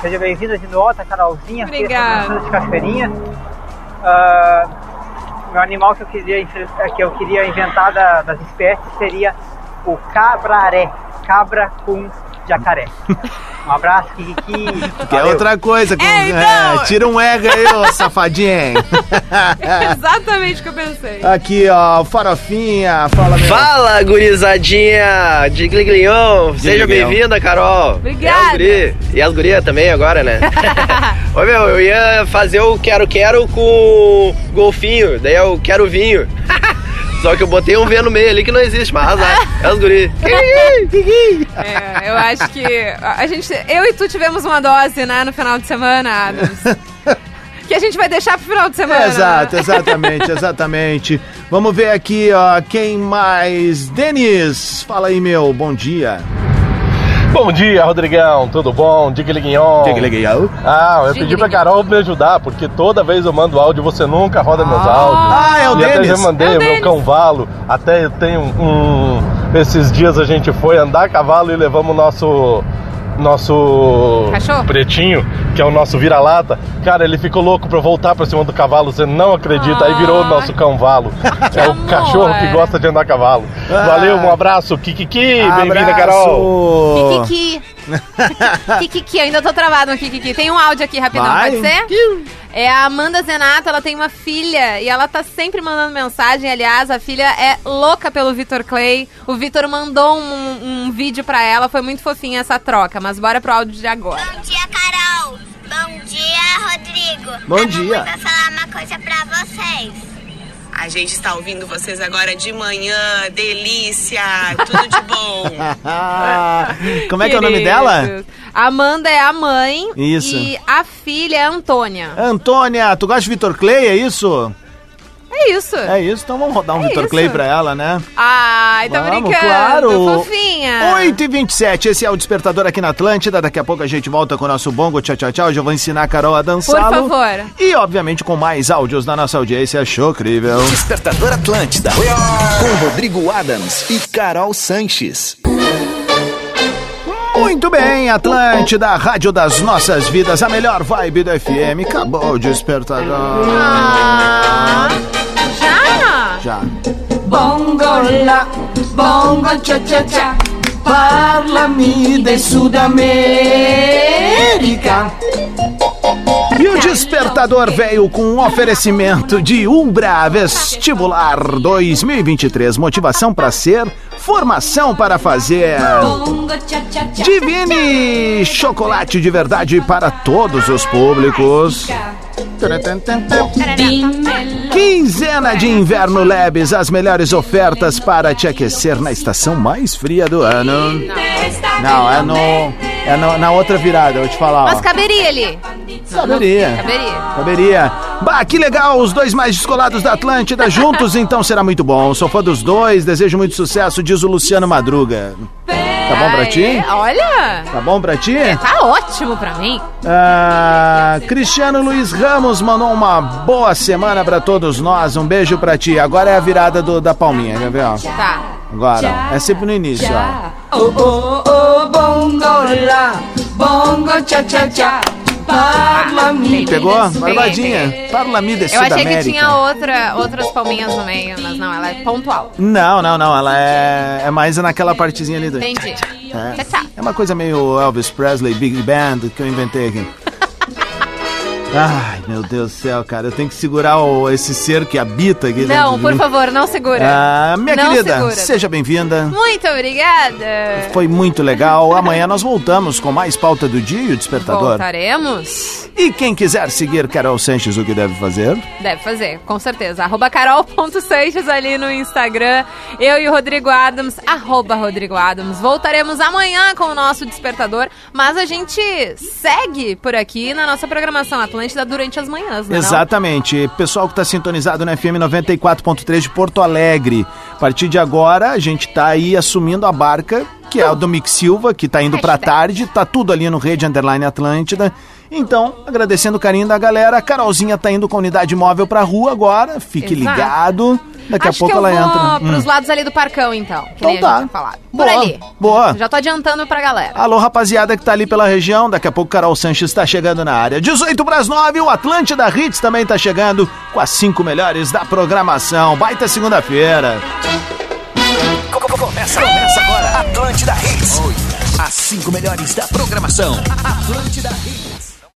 Speaker 7: Seja bem-vinda de volta, Carolzinha. aqui,
Speaker 2: Obrigada.
Speaker 7: Fernando de Cachoeirinha. Ah, meu animal que eu queria, infe- que eu queria inventar da- das espécies seria o cabraré. Cabra com jacaré. Um abraço, Kiki.
Speaker 1: Que é outra coisa. com-
Speaker 2: então!
Speaker 1: é, tira um ego aí, ô safadinho.
Speaker 2: Exatamente o que eu pensei.
Speaker 1: aqui, ó, Farofinha. Fala, meu.
Speaker 3: Fala, gurizadinha de Gliglion. Seja
Speaker 1: Gliglion.
Speaker 3: bem-vinda, Carol.
Speaker 2: Obrigada.
Speaker 3: É o guri. E as gurias também agora, né? Ô, meu, eu ia fazer o quero-quero com golfinho. Daí eu quero vinho. Só que eu botei um V no meio ali que não existe, mas arrasado. É os guri.
Speaker 2: É, eu acho que a a gente, eu e tu tivemos uma dose, né, no final de semana, Adams. que a gente vai deixar pro final de semana.
Speaker 1: Exato,
Speaker 2: né?
Speaker 1: exatamente, exatamente. Vamos ver aqui, ó, quem mais? Denis, fala aí, meu, bom dia.
Speaker 22: Bom dia, Rodrigão. Tudo bom? Diga Liguinhon.
Speaker 1: Diga, Liguinhon.
Speaker 22: Ah, eu
Speaker 1: Diga,
Speaker 22: pedi pra Carol me ajudar, porque toda vez eu mando áudio, você nunca roda meus áudios.
Speaker 1: Ah, é o
Speaker 22: e até
Speaker 1: Denis.
Speaker 22: já mandei
Speaker 1: É o
Speaker 22: o meu
Speaker 1: Denis.
Speaker 22: cavalo. Até eu tenho um. Esses dias a gente foi andar a cavalo e levamos o nosso. Nosso
Speaker 2: Cachorro?
Speaker 22: pretinho, que é o nosso vira-lata, cara, ele ficou louco pra voltar pra cima do cavalo. Você não acredita, aí virou o nosso cavalo. É o cachorro que gosta de andar a cavalo. Valeu, um abraço, Kikiki, bem-vinda,
Speaker 1: Ah. Abraço.
Speaker 22: Carol.
Speaker 2: Kikiki. Kikiki, eu ainda tô travado no Kikiki. Tem um áudio aqui rapidão,
Speaker 22: Vai.
Speaker 2: pode ser? É a Amanda Zenato, ela tem uma filha e ela tá sempre mandando mensagem. Aliás, a filha é louca pelo Vitor Clay. O Vitor mandou um, um vídeo pra ela, foi muito fofinha essa troca. Mas bora pro áudio de agora.
Speaker 8: Bom dia, Carol. Bom dia, Rodrigo.
Speaker 1: Bom dia.
Speaker 8: Vou falar uma coisa pra vocês.
Speaker 23: A gente está ouvindo vocês agora de manhã, delícia, tudo de bom.
Speaker 1: Como é que é o nome
Speaker 2: Queridos.
Speaker 1: dela?
Speaker 2: Amanda é a mãe
Speaker 1: Isso.
Speaker 2: e a filha é a Antônia.
Speaker 1: Antônia, tu gosta de Vitor Clay, é isso?
Speaker 2: É isso.
Speaker 1: É isso, então vamos rodar um
Speaker 2: É
Speaker 1: Vitor
Speaker 2: isso.
Speaker 1: Clay pra ela, né?
Speaker 2: Ai, tá
Speaker 1: Vamos,
Speaker 2: brincando,
Speaker 1: claro.
Speaker 2: fofinha.
Speaker 1: 8 e 27 esse é o Despertador aqui na Atlântida. Daqui a pouco a gente volta com o nosso bongo. Tchau, tchau, tchau. Já vou ensinar a Carol a
Speaker 2: Por
Speaker 1: dançar.
Speaker 2: favor.
Speaker 1: E, obviamente, com mais áudios da nossa audiência. Show crível.
Speaker 3: Despertador Atlântida. Com Rodrigo Adams e Carol Sanches.
Speaker 1: Muito bem, Atlântida, a rádio das nossas vidas, a melhor vibe do FM. Acabou o despertador.
Speaker 2: Ah, Já?
Speaker 1: Já.
Speaker 24: Bongo la, bongo cha cha cha, parlami de Sudamérica.
Speaker 1: E o despertador veio com um oferecimento de Umbra Vestibular 2023. Motivação para ser, formação para fazer.
Speaker 24: Bongo cha cha cha.
Speaker 1: Divine chocolate de verdade para todos os públicos. Quinzena de Inverno Labs, as melhores ofertas para te aquecer na estação mais fria do ano. Não, é no. É no- na outra virada, eu vou te falar.
Speaker 2: Mas
Speaker 1: ó.
Speaker 2: caberia ali.
Speaker 1: Caberia.
Speaker 2: Caberia.
Speaker 1: Caberia. Bah, que legal, os dois mais descolados da Atlântida juntos, então será muito bom. Sou fã dos dois, desejo muito sucesso, diz o Luciano Madruga. Tá bom pra ti?
Speaker 2: Aê, É, Olha,
Speaker 1: Tá bom pra ti?
Speaker 2: tá ótimo pra mim.
Speaker 1: Ah, Cristiano Luiz Ramos mandou uma boa semana pra todos nós. Um beijo pra ti. Agora é a virada do- da palminha, quer ver? ó?
Speaker 24: Tá.
Speaker 1: Agora, ó. é sempre no início, ó.
Speaker 24: Oh oh oh, bongo la, bongo cha cha cha, parlami.
Speaker 1: Pegou?
Speaker 24: Peguei,
Speaker 1: Barbadinha. Parla-me de
Speaker 2: Eu achei que
Speaker 1: Sudamérica.
Speaker 2: tinha outra, outras palminhas no meio, mas não, ela é pontual.
Speaker 1: Não, não, não. Ela é, é mais naquela partezinha ali do.
Speaker 2: Entendi.
Speaker 1: É. É uma coisa meio Elvis Presley, Big Band que eu inventei aqui. Ai, meu Deus do céu, cara. Eu tenho que segurar o- esse ser que habita aqui. dentro
Speaker 2: Não,
Speaker 1: de
Speaker 2: por
Speaker 1: mim.
Speaker 2: favor, não segura.
Speaker 1: Ah, minha
Speaker 2: Não
Speaker 1: querida,
Speaker 2: segura.
Speaker 1: seja Tá, bem-vinda.
Speaker 2: Muito obrigada.
Speaker 1: Foi muito legal. Amanhã nós voltamos com mais pauta do dia e o despertador.
Speaker 2: Voltaremos?
Speaker 1: E quem quiser seguir Carol Sanches, o que deve fazer?
Speaker 2: Deve fazer, com certeza. Arroba carol.seixas ali no Instagram. Eu e o Rodrigo Adams, arroba Rodrigo Adams. Voltaremos amanhã com o nosso despertador, mas a gente segue por aqui na nossa programação Atlântida durante as manhãs, né? não?
Speaker 1: Exatamente. Pessoal que está sintonizado no FM 94.3 de Porto Alegre. A partir de agora, a gente está aí assumindo a barca, que é a do Mick Silva, que está indo para tarde. Tá tudo ali no Rede Underline Atlântida. Então, agradecendo o carinho da galera. A Carolzinha tá indo com a unidade móvel pra rua agora. Fique
Speaker 2: Exato.
Speaker 1: ligado. Daqui
Speaker 2: Acho
Speaker 1: a pouco
Speaker 2: que eu
Speaker 1: ela
Speaker 2: vou
Speaker 1: entra.
Speaker 2: pros
Speaker 1: Hum.
Speaker 2: lados ali do Parcão, então. Que
Speaker 1: Então
Speaker 2: nem
Speaker 1: tá.
Speaker 2: a gente tinha falado.
Speaker 1: Boa,
Speaker 2: Por ali.
Speaker 1: boa.
Speaker 2: Já tô adiantando pra galera.
Speaker 1: Alô, rapaziada que tá ali pela região. Daqui a pouco Carol Sanches está chegando na área. 18 pras 9, o Atlântida Hits também tá chegando com as cinco melhores da programação. Baita segunda-feira.
Speaker 3: Começa, começa agora. Atlântida Hits. As cinco melhores da programação. Atlântida Hits.